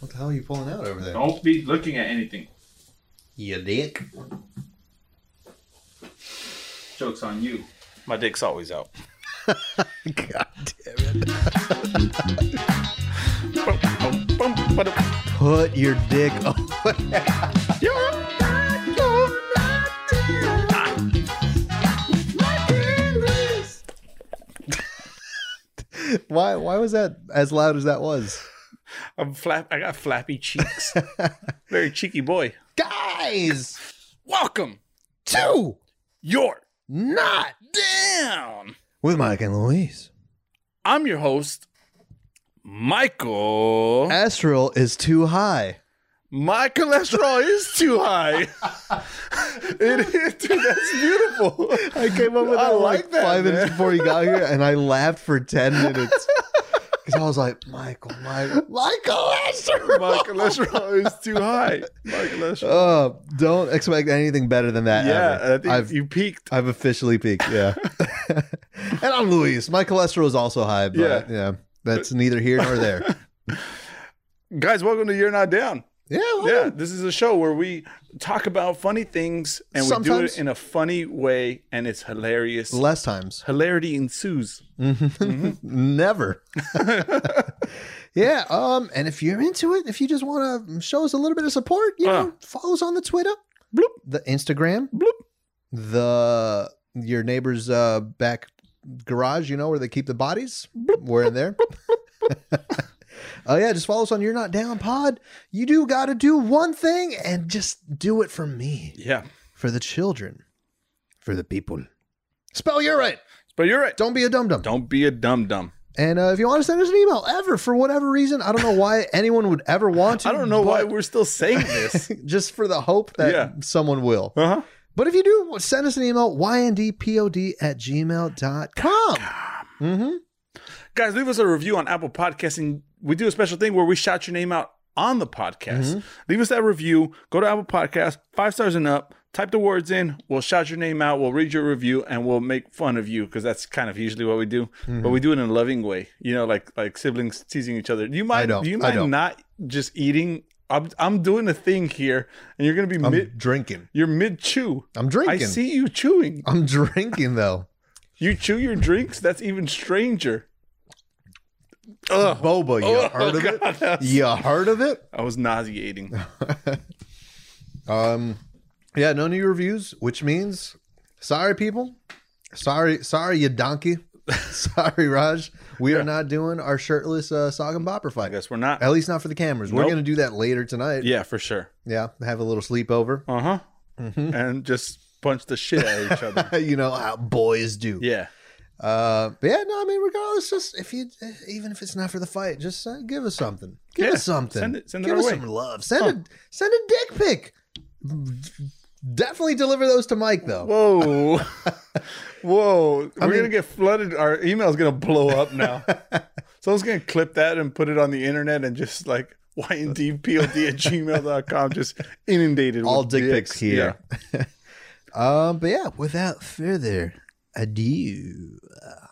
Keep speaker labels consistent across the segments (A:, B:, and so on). A: What the hell are you pulling out over there?
B: Don't be looking at anything.
A: You dick.
B: Joke's on you.
C: My dick's always out.
A: God damn it.
C: Bum, bum, bum, ba-dum.
A: Put your dick away. Why? Why was that as loud as that was?
C: I'm flap. I got flappy cheeks. Very cheeky boy.
A: Guys,
C: Welcome.
A: two
C: You're
A: not
C: down.
A: with Mike and Louise.
C: I'm your host, Michael.
A: Astral is too high.
C: My cholesterol is too high. it is, dude, that's beautiful.
A: I came up with
C: I
A: that
C: like
A: like,
C: that,
A: five
C: man.
A: minutes before he got here, and I laughed for ten minutes because I was like, Michael, Michael, Michael Astral.
C: My cholesterol is too high. My cholesterol.
A: Uh, don't expect anything better than that. ever.
C: yeah, I think
A: I've
C: you peaked.
A: I've officially peaked. Yeah, and I'm Luis. My cholesterol is also high, but
C: Yeah.
A: yeah, that's neither here nor there.
C: Guys, welcome to You're Not Down.
A: yeah, well,
C: Yeah, this is a show where we talk about funny things and we do
A: Sometimes.
C: it in a funny way and it's hilarious.
A: less times.
C: Hilarity ensues.
A: Mm-hmm. Never. yeah. Um. And if you're into it, if you just want to show us a little bit of support, you
C: Uh.
A: know, follow us on the Twitter,
C: Bloop.
A: the Instagram,
C: Bloop.
A: the your neighbor's uh back garage. You know where they keep the bodies. We're in there. Oh yeah, just follow us on You're Not Down Pod. You do got to do one thing, and just do it for me,
C: Yeah.
A: for the children, for the people. Spell you're right.
C: But you're right.
A: Don't be a dum dum.
C: Don't be a dumb dumb.
A: And uh, if you want to send us an email ever for whatever reason, I don't know why anyone would ever want to.
C: I don't know why
A: but
C: we're still saying this.
A: Just for the hope that
C: Yeah.
A: someone will.
C: uh-huh.
A: But if you do, send us an email, yndpod at gmail.com. Mm-hmm.
C: Guys, leave us a review on Apple Podcasts, and we do a special thing where we shout your name out on the podcast.
A: Mm-hmm.
C: Leave us that review. Go to Apple Podcasts, five stars and up. Type the words in. We'll shout your name out. We'll read your review, and we'll make fun of you because that's kind of usually what we do.
A: Mm-hmm.
C: But we do it in a loving way, you know, like like siblings teasing each other. You might
A: don't.
C: you
A: I
C: might
A: don't.
C: not just eating. I'm, I'm doing a thing here, and you're gonna be
A: I'm
C: mid.
A: drinking.
C: You're mid chew.
A: I'm
C: I
A: drinking.
C: see you chewing.
A: I'm drinking, though.
C: You chew your drinks. That's even stranger. Ugh.
A: Boba, you heard of
C: Oh. God,
A: it?
C: that's-
A: You heard of it?
C: I was nauseating.
A: Um, yeah, no new reviews, which means sorry, people. Sorry, sorry, you donkey. sorry, Raj. We are not doing our shirtless uh, sock and bopper
C: I
A: fight.
C: guess we're not.
A: At least not for the cameras. We're
C: Nope.
A: going to do that later tonight.
C: Yeah, for sure.
A: Yeah, have a little sleepover.
C: Uh huh.
A: Mm-hmm.
C: And just punch the shit out of each other.
A: you know how boys do.
C: Yeah.
A: Uh, but yeah, no, I mean, regardless, just if you, even if it's not for the fight, just uh, give us something. Give
C: Yeah,
A: us something.
C: send it- send it
A: give
C: our
A: us
C: way.
A: some love. Send a send a dick pic. Definitely deliver those to Mike though.
C: Whoa. Whoa. We're
A: mean-
C: gonna get flooded. Our email's gonna blow up now. Someone's gonna clip that and put it on the internet and just like yndpod at gmail.com just inundated
A: all
C: with
A: dick
C: dicks.
A: pics here. um, but yeah, without further ado, uh,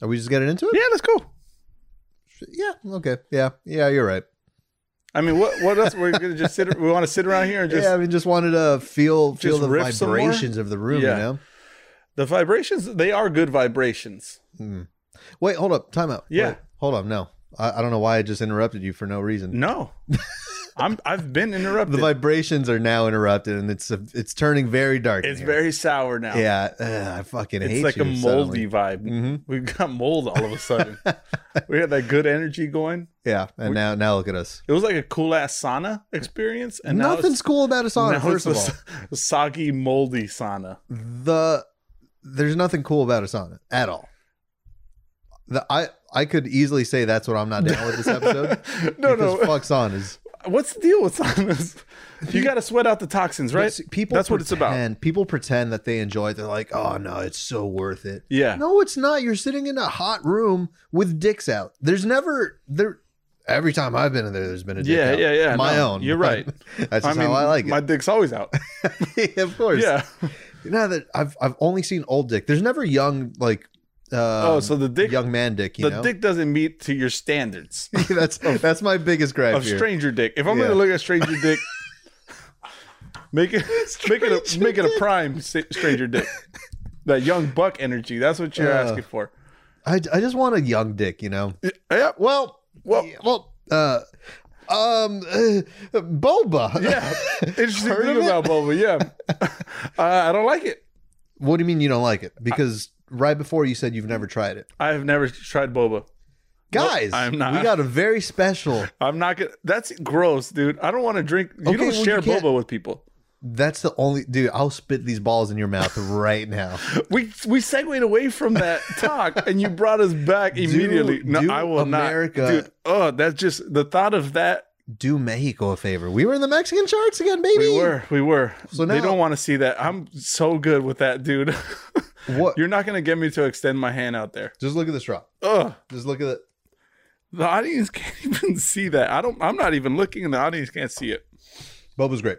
A: are we just getting into
C: Yeah.
A: it?
C: yeah, let's go.
A: Yeah. Okay. Yeah. Yeah. You're right.
C: I mean what what else we're gonna just sit we wanna sit around here and just
A: yeah. I mean, just wanted to feel feel
C: Just
A: the
C: riff some more?
A: vibrations of the room.
C: Yeah.
A: You know.
C: the vibrations they are good vibrations.
A: Wait. Hold up. Time out.
C: Yeah.
A: Wait, hold on. No. I, I don't know why I just interrupted you for no reason.
C: No. I'm I've been interrupted.
A: The vibrations are now interrupted, and it's a, it's turning very dark. in
C: It's
A: here.
C: very sour now.
A: Yeah. Ugh, I fucking hate
C: It's like
A: you
C: a moldy
A: suddenly. Mm-hmm.
C: vibe. We got mold all of a sudden. we had that good energy going.
A: Yeah. And now now look at us.
C: It was like a cool ass sauna experience, and now
A: Nothing's
C: it's,
A: cool about a sauna.
C: now
A: First
C: it's
A: of
C: a
A: all,
C: s- soggy, moldy sauna.
A: the there's nothing cool about a sauna at all. The, I I could easily say that's what I'm not down with this episode.
C: No,
A: because
C: no.
A: fuck saunas.
C: What's the deal with saunas? You got to sweat out the toxins, right?
A: But People
C: That's what it's about.
A: pretend- People pretend that they enjoy it. They're like, oh no, it's so worth it.
C: Yeah.
A: No, it's not. You're sitting in a hot room with dicks out. There's never there. Every time I've been in there, there's been a dick
C: Yeah,
A: out.
C: yeah, yeah.
A: My
C: No,
A: own.
C: you're right.
A: That's just how I like
C: my dick's always out.
A: it. of course.
C: yeah.
A: Now that I've I've only seen old dick. There's never young like uh,
C: oh, so the dick,
A: young man dick. You
C: the
A: know?
C: dick doesn't meet to your standards
A: that's that's my biggest gripe
C: of
A: here.
C: stranger dick. If I'm
A: Yeah.
C: gonna look at stranger dick, make it make it a,
A: Stranger
C: make it a
A: dick.
C: prime si- stranger dick. That young buck energy. That's what you're
A: Uh.
C: asking for.
A: I I just want a young dick. You know.
C: Yeah.
A: Well,
C: Well,
A: yeah, well, uh, um, uh, boba.
C: yeah. Interesting
A: Heard
C: thing
A: of it?
C: about Boba. Yeah. uh, I don't like it.
A: What do you mean you don't like it? Because right before you said you've never tried it,
C: I have never tried Boba.
A: guys.
C: I'm not.
A: We got a very special.
C: I'm not gonna. That's gross, dude. I don't want to drink. You
A: Okay,
C: don't
A: well, you
C: share
A: can't-
C: boba with people.
A: That's the only dude. I'll spit these balls in your mouth right now.
C: We we segued away from that talk, and you brought us back immediately. no,
A: do
C: I will
A: America-
C: not, dude. Oh, that's just the thought of that.
A: Do Mexico a favor. We were in the Mexican charts again, baby.
C: We were, we were.
A: So
C: they
A: now-
C: don't want to see that. I'm so good with that, dude.
A: What?
C: You're not gonna get me to extend my hand out there.
A: Just look at this rock.
C: Ugh,
A: Just look at it.
C: the audience can't even see that. I don't. I'm not even looking, and the audience can't see it.
A: Boba's great.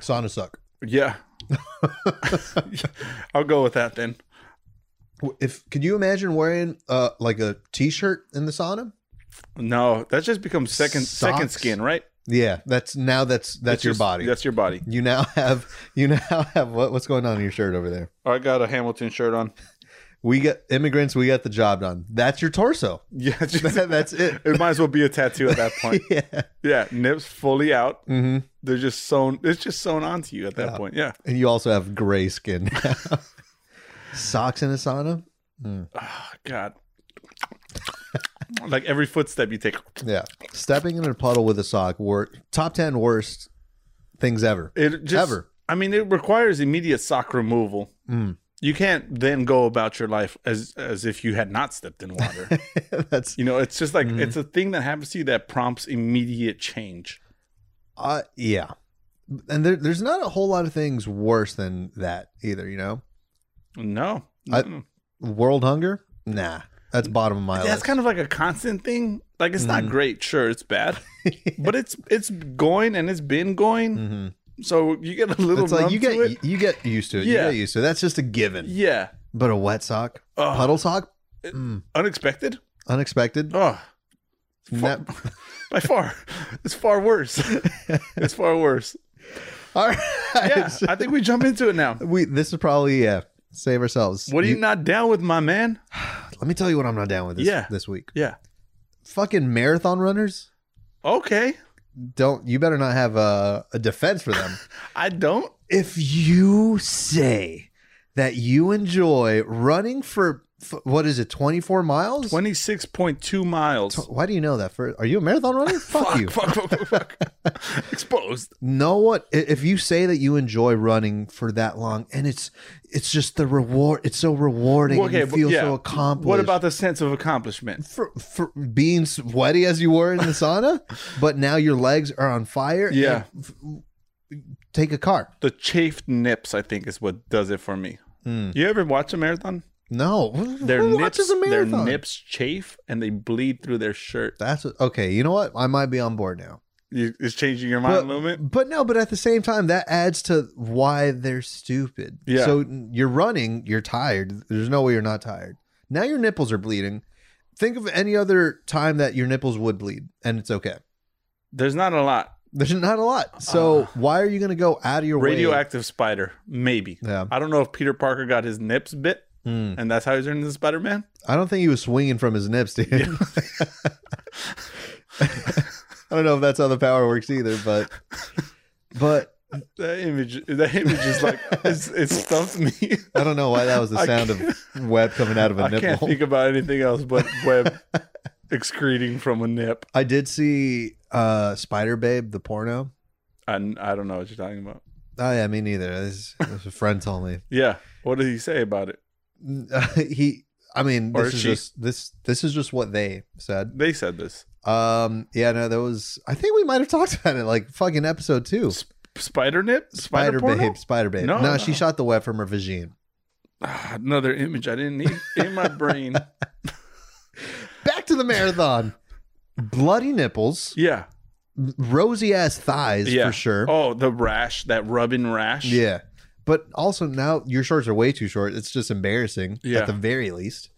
A: Sauna suck.
C: Yeah, I'll go with that then.
A: If could you imagine wearing uh like a t-shirt in the sauna?
C: No, that just becomes second second
A: Socks?
C: skin, right?
A: Yeah, that's now that's that's your
C: s-
A: body.
C: That's your body.
A: you now have you now have what, what's going on in your shirt over there?
C: Oh, I got a Hamilton shirt on.
A: We got immigrants. We got the job done. That's your torso.
C: Yeah, just,
A: That- that's it.
C: it might as well be a tattoo at that point.
A: yeah.
C: Yeah, nips fully out.
A: Mhm.
C: They're just sewn. It's just sewn onto you at that point. Yeah.
A: And you also have gray skin. Socks in a sauna.
C: Oh, God. like every footstep you take.
A: Yeah. Stepping in a puddle with a sock. Wor- top ten worst things ever.
C: It just.
A: Ever. Mm.
C: I mean, it requires immediate sock removal. You can't then go about your life as as if you had not stepped in water.
A: that's
C: you know, it's just like
A: Mm-hmm.
C: it's a thing that happens to you that prompts immediate change.
A: uh yeah. And there, there's not a whole lot of things worse than that either. You know,
C: No,
A: I-
C: Mm-mm.
A: world hunger. Nah, that's bottom of my
C: that's
A: list.
C: kind of like a constant thing. Like it's
A: Mm-hmm.
C: not great, sure, it's bad, but it's it's going and it's been going. So you get a little
A: It's Mm-hmm. like
C: numb
A: you
C: to
A: get
C: it.
A: you get used to it.
C: Yeah.
A: You get used to it. That's just a given.
C: yeah,
A: But a wet sock,
C: Ugh.
A: puddle sock,
C: unexpected.
A: unexpected.
C: Oh,
A: Nah.
C: by far, it's far worse. it's far worse.
A: All right.
C: Yeah, I think we jump into it now.
A: we this is probably yeah. Save ourselves.
C: What are you, not down with, my man?
A: Let me tell you what I'm not down with this
C: Yeah.
A: this week.
C: Yeah.
A: Fucking marathon runners.
C: Okay,
A: Don't you better not have a, a defense for them.
C: I don't.
A: if you say that you enjoy running for f- what is it 24 miles
C: Twenty six point two miles.
A: why do you know that for are you a marathon runner fuck, you
C: Fuck, fuck, fuck, fuck. Exposed.
A: know what i- if you say that you enjoy running for that long and it's it's just the reward it's so rewarding okay, and
C: but
A: you feel
C: yeah.
A: so accomplished
C: What about the sense of accomplishment?
A: for, for being sweaty as you were in the sauna but now your legs are on fire
C: Yeah.
A: and f- take a car
C: the chafed nips i think is what does it for me you ever watch a marathon
A: no
C: their
A: Who
C: nips
A: watches a
C: their
A: marathon?
C: nips chafe and they bleed through their shirt
A: that's what, okay you know what i might be on board now
C: you, it's changing your mind
A: but,
C: a little bit
A: but no, but at the same time, that adds to why they're stupid.
C: Yeah.
A: So you're running, you're tired. There's no way you're not tired. Now your nipples are bleeding. Think of any other time that your nipples would bleed, and it's okay.
C: there's not a lot
A: There's not a lot.
C: Uh.
A: So why are you going to go out of your way?
C: radioactive spider maybe
A: Yeah.
C: i don't know if peter parker got his nips bit
A: Mm.
C: and that's how he turned into spider-man
A: I don't think he was swinging from his nips, dude. I don't know if that's how the power works either, but but
C: that image that image is like it's, it stumped me
A: I don't know why that was the
C: I
A: sound of web coming out of a
C: i
A: nipple.
C: can't think about anything else but web excreting from a nip
A: I did see uh Spider Babe the porno.
C: I, I don't know what you're talking about
A: Oh yeah, me neither. This, this a friend told me.
C: yeah what did he say about it
A: he I mean
C: Or
A: this is
C: she.
A: just this this is just what they said.
C: they said this
A: Um yeah, no, that was I think we might have talked about it like fucking episode two.
C: Sp- spider nip
A: Spider,
C: porno?
A: Babe, Spider Babe.
C: No,
A: No, she
C: no.
A: shot the web from her vagine.
C: Ah, another image i didn't need in my brain
A: Back to the marathon. Bloody nipples,
C: yeah
A: rosy ass thighs
C: yeah
A: for sure.
C: oh the rash that rubbing rash
A: Yeah. But also now your shorts are way too short. It's just embarrassing
C: Yeah.
A: at the very least.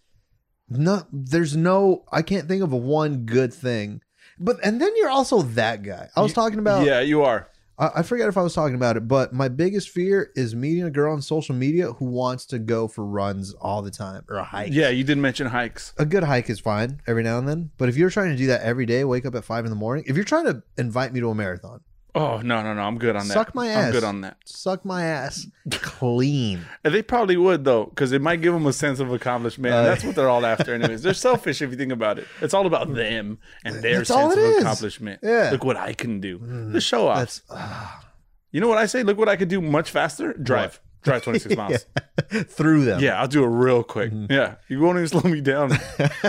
A: no, there's no. I can't think of one good thing. But and then you're also that guy. I was
C: You-
A: talking about.
C: yeah, you are.
A: I, I forget if I was talking about it, but my biggest fear is meeting a girl on social media who wants to go for runs all the time or a hike.
C: Yeah, you did mention hikes.
A: A good hike is fine every now and then, but if you're trying to do that every day, wake up at five in the morning. If you're trying to invite me to a marathon,
C: Oh no, no, no! I'm good on that.
A: Suck my
C: I'm
A: ass.
C: good on that.
A: suck my ass clean.
C: And they probably would though, because it might give them a sense of accomplishment. and
A: Uh,
C: that's what they're all after, anyways. they're selfish if you think about it. It's all about them and their
A: That's all
C: sense of
A: it is.
C: accomplishment.
A: Yeah.
C: Look what I can do.
A: Mm,
C: the show off.
A: That's ah,
C: You know what I say? Look what I could do much faster. Drive. Drive 26 miles. yeah.
A: through them.
C: I'll do it real quick.
A: Mm-hmm.
C: Yeah. You won't even slow me down.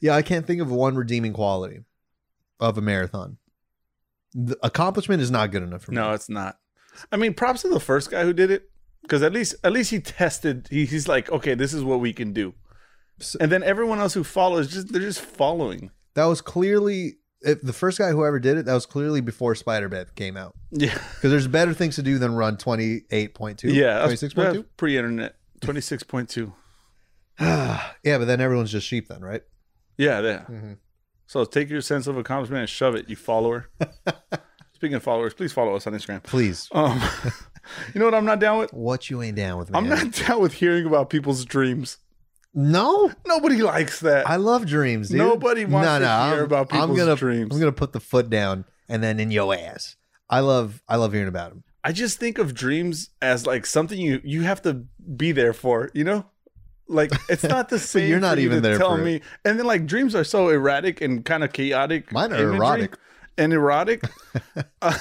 A: yeah, I can't think of one redeeming quality of a marathon. The accomplishment is not good enough for me.
C: no, it's not. I mean, props to the first guy who did it. Because at least at least he tested. He, he's like, okay, this is what we can do.
A: So-
C: And then everyone else who follows, just they're just following.
A: that was clearly if the first guy who ever did it. That was clearly before Spider Bat came out
C: Yeah.
A: because there's better things to do than run twenty eight point two.
C: Yeah.
A: twenty
C: that's-
A: six point two.
C: that's Pre-internet. 26.2.
A: Yeah, but then everyone's just sheep then, right?
C: Yeah, yeah.
A: Mhm.
C: So take your sense of accomplishment and shove it, you follower. Speaking of followers, please follow us on Instagram.
A: Please,
C: Um, you know what I'm not down with?
A: what you ain't down with, man?
C: I'm not down with hearing about people's dreams.
A: No,
C: Nobody likes that.
A: I love dreams, dude.
C: Nobody wants to hear
A: I'm-
C: about
A: I'm
C: people's
A: gonna,
C: dreams.
A: I'm gonna put the foot down and then in your ass. I love, I love hearing about them.
C: I just think of dreams as like something you you have to be there for, you know? Like it's not the same.
A: you're not
C: for you
A: even
C: to
A: there
C: Tell
A: for it.
C: me, and then like dreams are so erratic and kind of chaotic.
A: Mine are
C: imagery
A: erotic.
C: and erotic uh,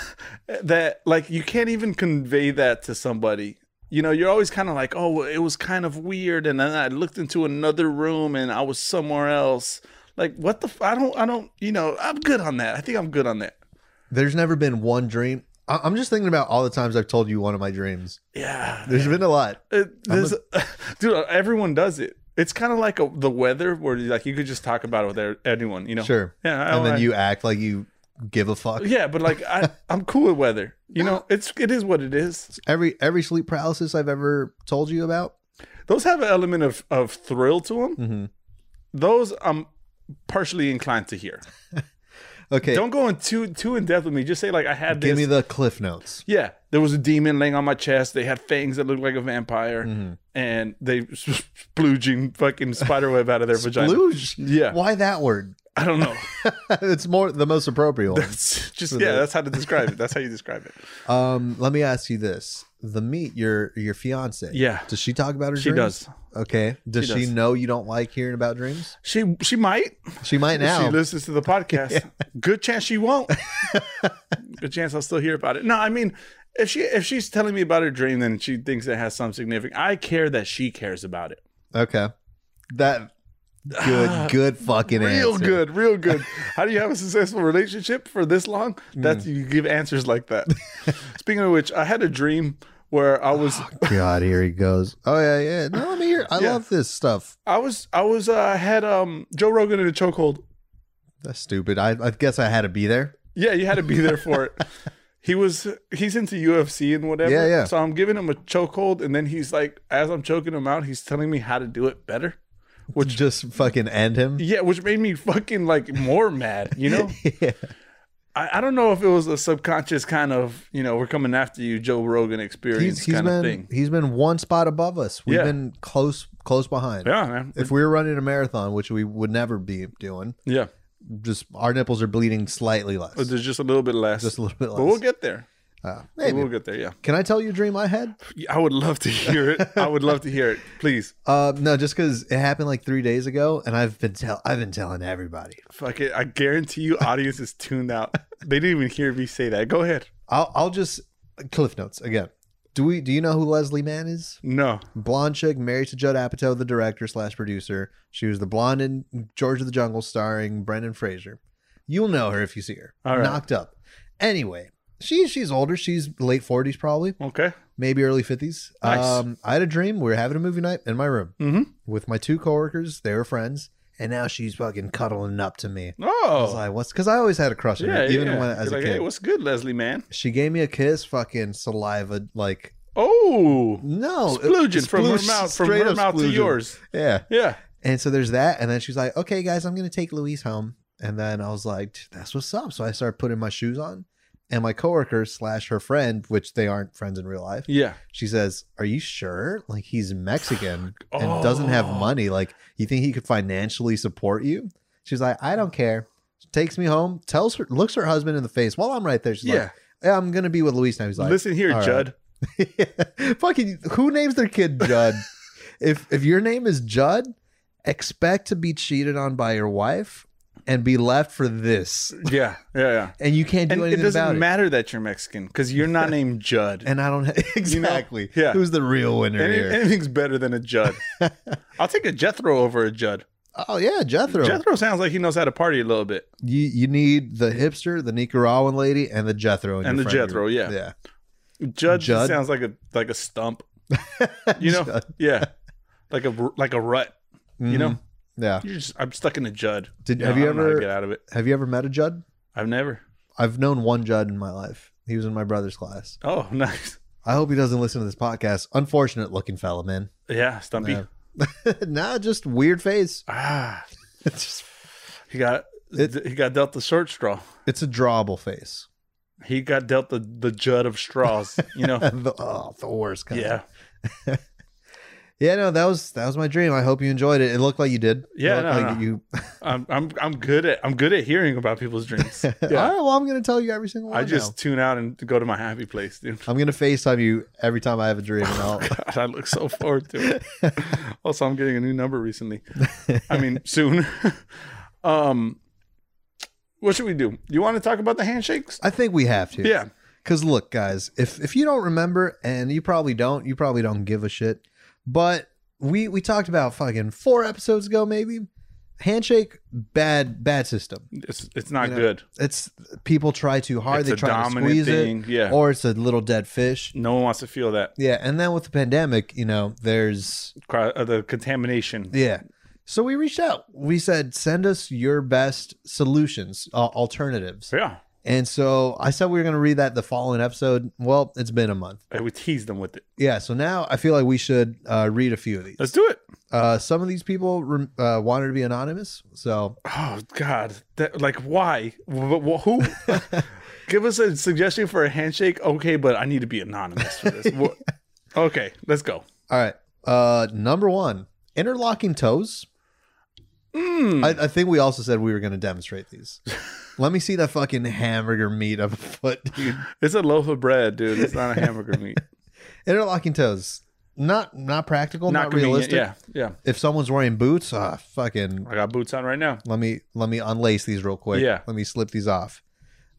C: that like you can't even convey that to somebody. You know, you're always kind of like, oh, it was kind of weird, and then I looked into another room and I was somewhere else. Like, what the? F- I don't, I don't. You know, I'm good on that. I think I'm good on that.
A: There's never been one dream. I- I'm just thinking about all the times I've told you one of my dreams.
C: Yeah,
A: There's been a lot.
C: It, there's, dude, everyone does it. It's kind of like a, the weather, where like you could just talk about it with er- anyone, you know.
A: Sure.
C: Yeah, I,
A: and then
C: I-
A: you act like you give a fuck.
C: Yeah, but like I, I'm cool with weather. You know, it's it is what it is.
A: Every every sleep paralysis I've ever told you about.
C: Those have an element of of thrill to them.
A: Mhm.
C: Those I'm partially inclined to hear.
A: Okay,
C: Don't go in too too in depth with me. Just say like I had
A: give
C: this.
A: me the cliff notes.
C: yeah, there was a demon laying on my chest. They had fangs that looked like a vampire,
A: Mm-hmm.
C: and they splooging fucking spider web out of their vagina.
A: Luge.
C: Yeah.
A: Why that word?
C: I don't know.
A: it's more the most appropriate one.
C: It's just yeah, that's how to describe it. That's how you describe it.
A: Um, let me ask you this: the meet your your fiance.
C: Yeah.
A: Does she talk about her?
C: She
A: dreams?
C: does.
A: Okay. Does
C: She
A: she,
C: does.
A: know you don't like hearing about dreams?
C: She she might. Oh.
A: She might now.
C: She listens to the podcast. Good chance she won't. Good chance I'll still hear about it. No, I mean, if she if she's telling me about her dream, then she thinks it has some significance. I care that she cares about it.
A: okay. That
C: Uh,
A: good, good fucking
C: Real
A: answer.
C: good, real good. How do you have a successful relationship for this long? That's you give answers like that. Speaking of which, I had a dream where I was
A: God, here he goes. Oh yeah, yeah. No, I'm here. I
C: Yeah.
A: love this stuff.
C: I was I was uh, I had um Joe Rogan in a chokehold.
A: That's stupid. I, I guess I had to be there.
C: Yeah, you had to be there for it. He was he's into UFC and whatever.
A: Yeah, yeah.
C: So I'm giving him a chokehold, and then he's like, as I'm choking him out, he's telling me how to do it better.
A: Would just fucking end him?
C: Yeah, which made me fucking like more mad. You know,
A: Yeah.
C: I, I don't know if it was a subconscious kind of you know we're coming after you, Joe Rogan experience
A: He's, he's
C: kind
A: been
C: of thing.
A: he's been one spot above us. We've
C: Yeah.
A: been close close behind.
C: Yeah, man.
A: If we were running a marathon, which we would never be doing,
C: yeah,
A: just our nipples are bleeding slightly less,
C: but there's just a little bit less.
A: just a little bit less.
C: but we'll get there.
A: Uh, maybe.
C: We'll get there. Yeah,
A: Can I tell you a dream I had?
C: I would love to hear it. I would love to hear it. Please,
A: Uh, no, just because it happened like three days ago, and I've been tell I've been telling everybody.
C: fuck it. I guarantee you, audience is tuned out. They didn't even hear me say that. Go ahead.
A: I'll I'll just cliff notes again. Do we do you know who Leslie Mann is?
C: No.
A: blonde chick married to Judd Apatow, the director slash producer. She was the blonde in George of the Jungle, starring Brendan Fraser. You'll know her if you see her.
C: All right.
A: Knocked up. Anyway, she she's older. She's late forties, probably,
C: Okay.
A: maybe early fifties.
C: Nice.
A: Um, I had a dream. We were having a movie night in my room
C: Mm-hmm.
A: with my two coworkers. They were friends, and now she's fucking cuddling up to me. I was
C: Oh.
A: like, what's? Because I always had a crush on
C: yeah,
A: her, even
C: yeah.
A: when as
C: You're
A: a
C: like,
A: kid.
C: Hey, what's good, Leslie, man?
A: she gave me a kiss, fucking saliva, like
C: Oh.
A: no, it-
C: Splooging from her
A: splooge,
C: mouth, Oh, from
A: straight
C: her
A: up
C: mouth to
A: splooging.
C: yours.
A: Yeah,
C: Yeah.
A: And so there's that. And then she's like, okay, guys, I'm going to take Louise home. And then I was like, that's what's up. So I started putting my shoes on. And my coworker slash her friend, which they aren't friends in real life,
C: Yeah.
A: she says, Are you sure? Like, he's Mexican and
C: Oh.
A: doesn't have money. Like, you think he could financially support you? She's like, I don't care. She takes me home, tells her, looks her husband in the face while I'm right there. She's
C: Yeah.
A: like, "Yeah, I'm going to be with Luis now. He's like,
C: Listen here,
A: all right.
C: Judd.
A: Fucking who names their kid Judd? if if your name is Judd, expect to be cheated on by your wife and be left for this.
C: Yeah. Yeah. Yeah.
A: And you can't do
C: And it
A: anything about
C: doesn't
A: it.
C: matter that you're Mexican because you're not named Judd.
A: And I don't ha- exactly.
C: Yeah.
A: Who's the real winner
C: Any-
A: here?
C: anything's better than a Judd. I'll take a Jethro over a Judd.
A: oh yeah, Jethro.
C: Jethro sounds like he knows how to party a little bit.
A: You you need the hipster, the Nicaraguan lady, and the Jethro. in
C: And
A: your
C: the
A: friend
C: Jethro,
A: group.
C: yeah.
A: yeah.
C: Judd, just
A: Judd?
C: sounds like a like a stump. You know,
A: Judd.
C: yeah, like a like a rut. You know,
A: Mhm. Yeah.
C: you're just I'm stuck in a Judd.
A: Did-
C: No,
A: have you
C: I don't know how to
A: ever-
C: get out of it?
A: Have you ever met a Judd?
C: I've never.
A: I've known one Judd in my life. He was in my brother's class.
C: Oh, nice.
A: I hope he doesn't listen to this podcast. Unfortunate looking fella, man.
C: Yeah, Stumpy.
A: No. nah, just weird face.
C: Ah,
A: It's just,
C: he got he got dealt the short straw.
A: it's a drawable face.
C: He got dealt the the Judd of straws. You know.
A: The, oh, the worst kind.
C: yeah.
A: Yeah, no, that was that was my dream. I hope you enjoyed it. It looked like you did. It
C: Yeah,
A: looked
C: no,
A: like
C: no.
A: you
C: I'm I'm I'm good at I'm good at hearing about people's dreams.
A: All
C: Yeah.
A: right, well, I'm going to tell you every single one.
C: I just tune out and go to my happy place, dude.
A: now. I'm going to FaceTime you every time I have a dream and I'll
C: God, I look so forward to it. also, I'm getting a new number recently. I mean, soon. um, what should we do? You want to talk about the handshakes?
A: I think we have to.
C: Yeah,
A: Cuz look, guys, if if you don't remember and you probably don't, you probably don't give a shit. But we we talked about fucking 4 episodes ago maybe. Handshake bad bad system.
C: it's it's not
A: You know,
C: good.
A: it's people try too hard.
C: it's
A: they
C: a
A: try to
C: dominant
A: squeeze
C: thing. Yeah,
A: it, or it's a little dead fish.
C: no one wants to feel that
A: Yeah, and then with the pandemic, you know, there's
C: cry- uh, the contamination.
A: yeah. So we reached out. We said, send us your best solutions, uh, alternatives.
C: Yeah,
A: And so I said we were going to read that the following episode. Well, it's been a month.
C: and we tease them with it.
A: Yeah. So now I feel like we should uh, read a few of these.
C: Let's do it.
A: Uh, some of these people rem- uh, wanted to be anonymous. So
C: Oh God, that like why? Wh- wh- Who? Give us a suggestion for a handshake. Okay, but I need to be anonymous for this. Wha- okay, let's go.
A: all right. Uh, number one, interlocking toes.
C: Mm.
A: I, I think we also said we were going to demonstrate these. Let me see that fucking hamburger meat of a foot, dude.
C: It's a loaf of bread, dude. It's not a hamburger meat.
A: Interlocking toes. Not not practical, not,
C: convenient.
A: realistic.
C: Yeah, yeah.
A: If someone's wearing boots, ah, fucking
C: I got boots on right now.
A: let me let me unlace these real quick.
C: Yeah.
A: Let me slip these off.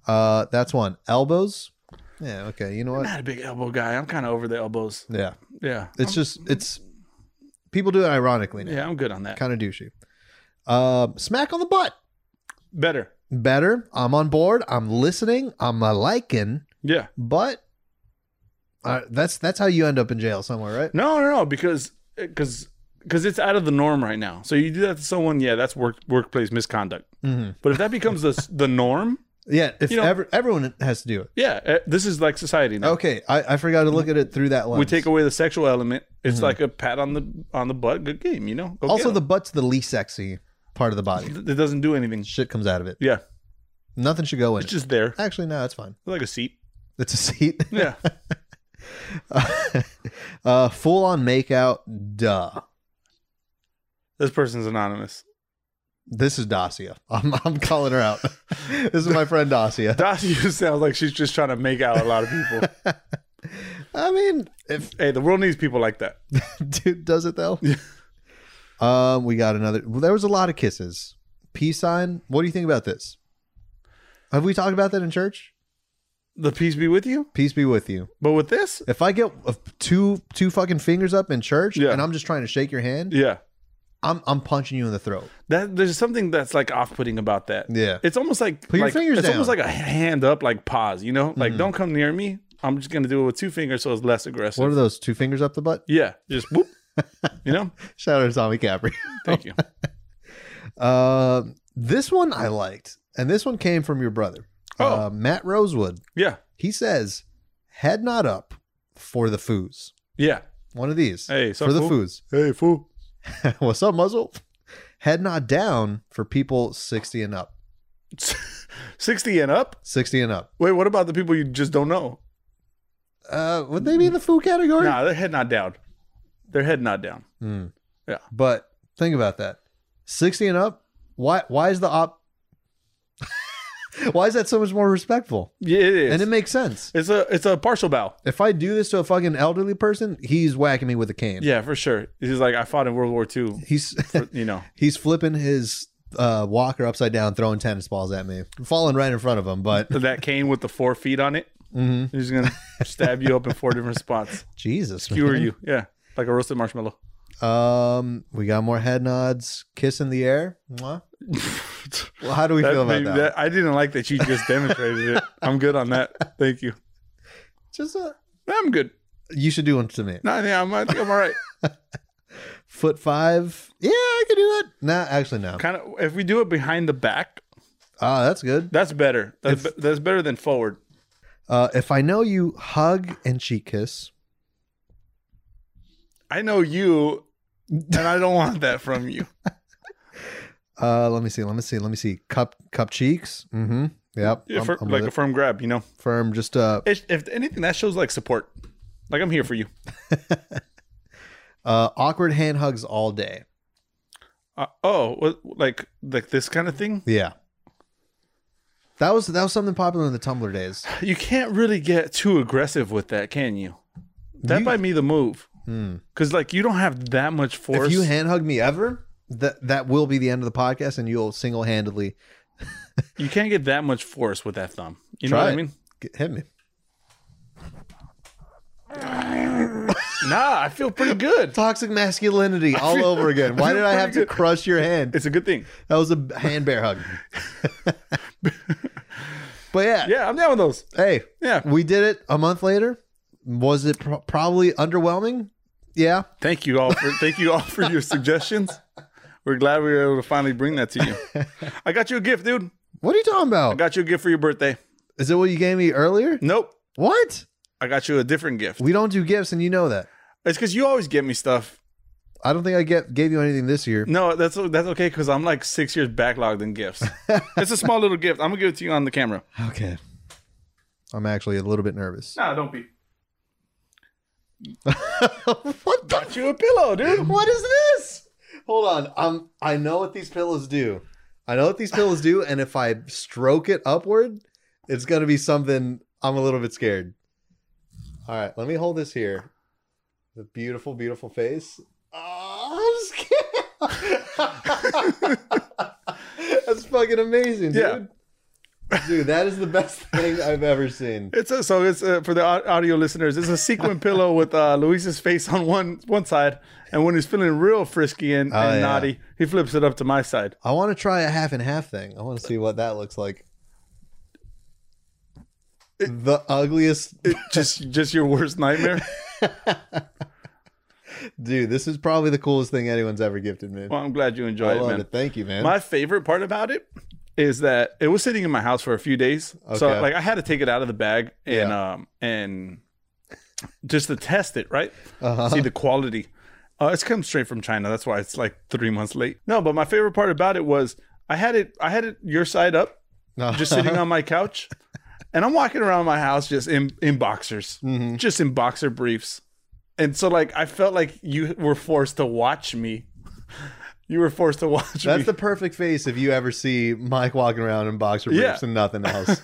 A: Uh that's one. Elbows. Yeah, okay. You know
C: I'm
A: what?
C: not a big elbow guy. I'm kind of over the elbows.
A: Yeah.
C: Yeah,
A: It's just it's people do it ironically now.
C: Um, yeah. I'm good on that.
A: Kind of douchey. Uh, smack on the butt.
C: Better.
A: Better. I'm on board. I'm listening. I'm a liking.
C: Yeah.
A: but uh, that's that's how you end up in jail somewhere, right?
C: No, no, no. Because because because it's out of the norm right now. So you do that to someone, yeah, that's work workplace misconduct.
A: Mhm.
C: But if that becomes the the norm,
A: Yeah, if
C: You know-
A: ever, everyone has to do it.
C: yeah, eh, this is like society now.
A: Okay, I, I forgot to look at it through that lens.
C: We take away the sexual element. It's like a pat on the on the butt. Good game, you know. Go
A: also
C: get
A: the butt's the least sexy part of the body.
C: 'em. it doesn't do anything.
A: Shit comes out of it.
C: Yeah,
A: Nothing should go in.
C: it's
A: it.
C: just there,
A: Actually, no, that's fine.
C: like a seat.
A: It's a seat.
C: Yeah.
A: uh, full on makeout. Duh.
C: This person's anonymous.
A: This is Dacia. I'm, I'm calling her out. this is my friend Dacia.
C: Dacia sounds like she's just trying to make out a lot of people.
A: I mean, if
C: hey, the world needs people like that.
A: dude does it though. um, we got another. Well, there was a lot of kisses. Peace sign. What do you think about this? Have we talked about that in church?
C: The peace be with you.
A: Peace be with you.
C: But with this,
A: If I get uh, two two fucking fingers up in church
C: Yeah.
A: and I'm just trying to shake your hand,
C: yeah,
A: I'm I'm punching you in the throat.
C: that there's something that's like off-putting about that.
A: Yeah.
C: It's almost like
A: Put your
C: like-
A: fingers
C: It's almost
A: down. Mm-hmm.
C: like a hand up, like pause. You know, like don't come near me. I'm just gonna do it with two fingers, so it's less aggressive.
A: What are those? Two fingers up the butt?
C: yeah, just whoop. you know.
A: Shout out to Tommy Capri.
C: Thank you.
A: Uh, this one I liked, and this one came from your brother,
C: Oh.
A: uh, Matt Rosewood.
C: Yeah,
A: He says, "Head not up for the foos."
C: yeah.
A: One of these
C: Hey, so
A: for the
C: cool.
A: foos.
C: Hey, fool.
A: What's up, Muzzle? Head nod down for people 60 and up.
C: 60 and up?
A: 60 and up.
C: Wait, what about the people you just don't know?
A: Uh, would they be in the food category?
C: Nah, their head not down. Their head not down.
A: Hmm.
C: Yeah.
A: But think about that. 60 and up, why why is the op why is that so much more respectful?
C: Yeah, it is.
A: And it makes sense.
C: it's a it's a partial bow.
A: If I do this to a fucking elderly person, he's whacking me with a cane.
C: Yeah, for sure. He's like, I fought in World War II.
A: He's
C: For, you know,
A: he's flipping his uh, walker upside down, throwing tennis balls at me, falling right in front of him. But
C: that cane with the four feet on it.
A: mhm.
C: He's gonna stab you up in four different spots.
A: Jesus,
C: Skewer
A: man.
C: you. Yeah. Like a roasted marshmallow.
A: Um, we got more head nods, kiss in the air. Mwah. Well, how do we
C: That
A: feel about
C: made-
A: that?
C: that- I didn't like that you just demonstrated it. I'm good on that. Thank you.
A: Just uh
C: I'm good.
A: you should do one to me.
C: No, yeah, I'm, I think I'm all right.
A: Foot five. Yeah, I could do that. Nah, actually no.
C: Kind of. If we do it behind the back,
A: Ah, that's good.
C: that's better. That's, be- that's better than forward.
A: Uh, if I know you, hug and cheek kiss.
C: I know you, and I don't want that from you.
A: Uh, let me see. Let me see. Let me see. Cup cup cheeks. Mm-hmm. Yep.
C: Yeah,
A: I'm-
C: fir-
A: I'm with
C: like a
A: it.
C: firm grab, you know.
A: firm. Just uh,
C: If, if anything, that shows like support. Like I'm here for you.
A: uh, awkward hand hugs all day.
C: Uh, oh, what, like like this kind of thing.
A: Yeah. That was that was something popular in the Tumblr days.
C: You can't really get too aggressive with that, can you? That
A: You-
C: might be the move,
A: Hmm.
C: because like you don't have that much force.
A: If you hand hug me ever, that that will be the end of the podcast, and you'll single handedly
C: you can't get that much force with that thumb. You know
A: Try
C: what I
A: it.
C: mean?
A: hit me.
C: Nah, I feel pretty good.
A: Toxic masculinity all over again. Why did I have to crush your hand?
C: It's a good thing.
A: That was a hand bear hug. but yeah,
C: Yeah, I'm down with those.
A: hey,
C: Yeah.
A: we did it a month later. Was it pro- probably underwhelming? Yeah.
C: Thank you all for thank you all for your suggestions. We're glad we were able to finally bring that to you. I got you a gift, dude.
A: What are you talking
C: I
A: about?
C: got you a gift for your birthday.
A: Is it what you gave me earlier?
C: Nope.
A: What?
C: I got you a different gift.
A: We don't do gifts, and you know that.
C: It's because you always get me stuff.
A: I don't think I get gave you anything this year.
C: No, that's that's okay because I'm like six years backlogged in gifts. it's a small little gift. I'm gonna give it to you on the camera.
A: Okay. I'm actually a little bit nervous.
B: Nah, don't be.
A: what the?
C: Got you a pillow, dude.
A: What is this? Hold on. Um, I know what these pillows do. I know what these pillows do, and if I stroke it upward, it's gonna be something. I'm a little bit scared. All right, let me hold this here. The beautiful, beautiful face. Oh, I'm scared. That's fucking amazing, dude. Dude, that is the best thing I've ever seen.
C: It's a, so it's uh for the au- audio listeners. It's a sequin pillow with uh, Luis's face on one one side, and when he's feeling real frisky and,
A: Oh,
C: and
A: yeah.
C: naughty, he flips it up to my side.
A: I want to try a half and half thing. I want to see what that looks like. the ugliest
C: Just just your worst nightmare.
A: dude. This is probably the coolest thing anyone's ever gifted me.
C: Well, I'm glad you
A: I
C: enjoyed it,
A: love
C: man.
A: it. Thank you, man.
C: My favorite part about it is that it was sitting in my house for a few days.
A: Okay.
C: So like I had to take it out of the bag and
A: Yeah.
C: um and just to test it, right?
A: Uh-huh.
C: See the quality. Uh, it's come straight from China. That's why it's like three months late. No, but my favorite part about it was I had it I had it your side up, just sitting
A: Uh-huh.
C: on my couch. And I'm walking around my house just in, in boxers.
A: Mhm.
C: Just in boxer briefs. And so like I felt like you were forced to watch me. You were forced to watch me.
A: That's the perfect face if you ever see Mike walking around in boxer briefs
C: Yeah.
A: and nothing else.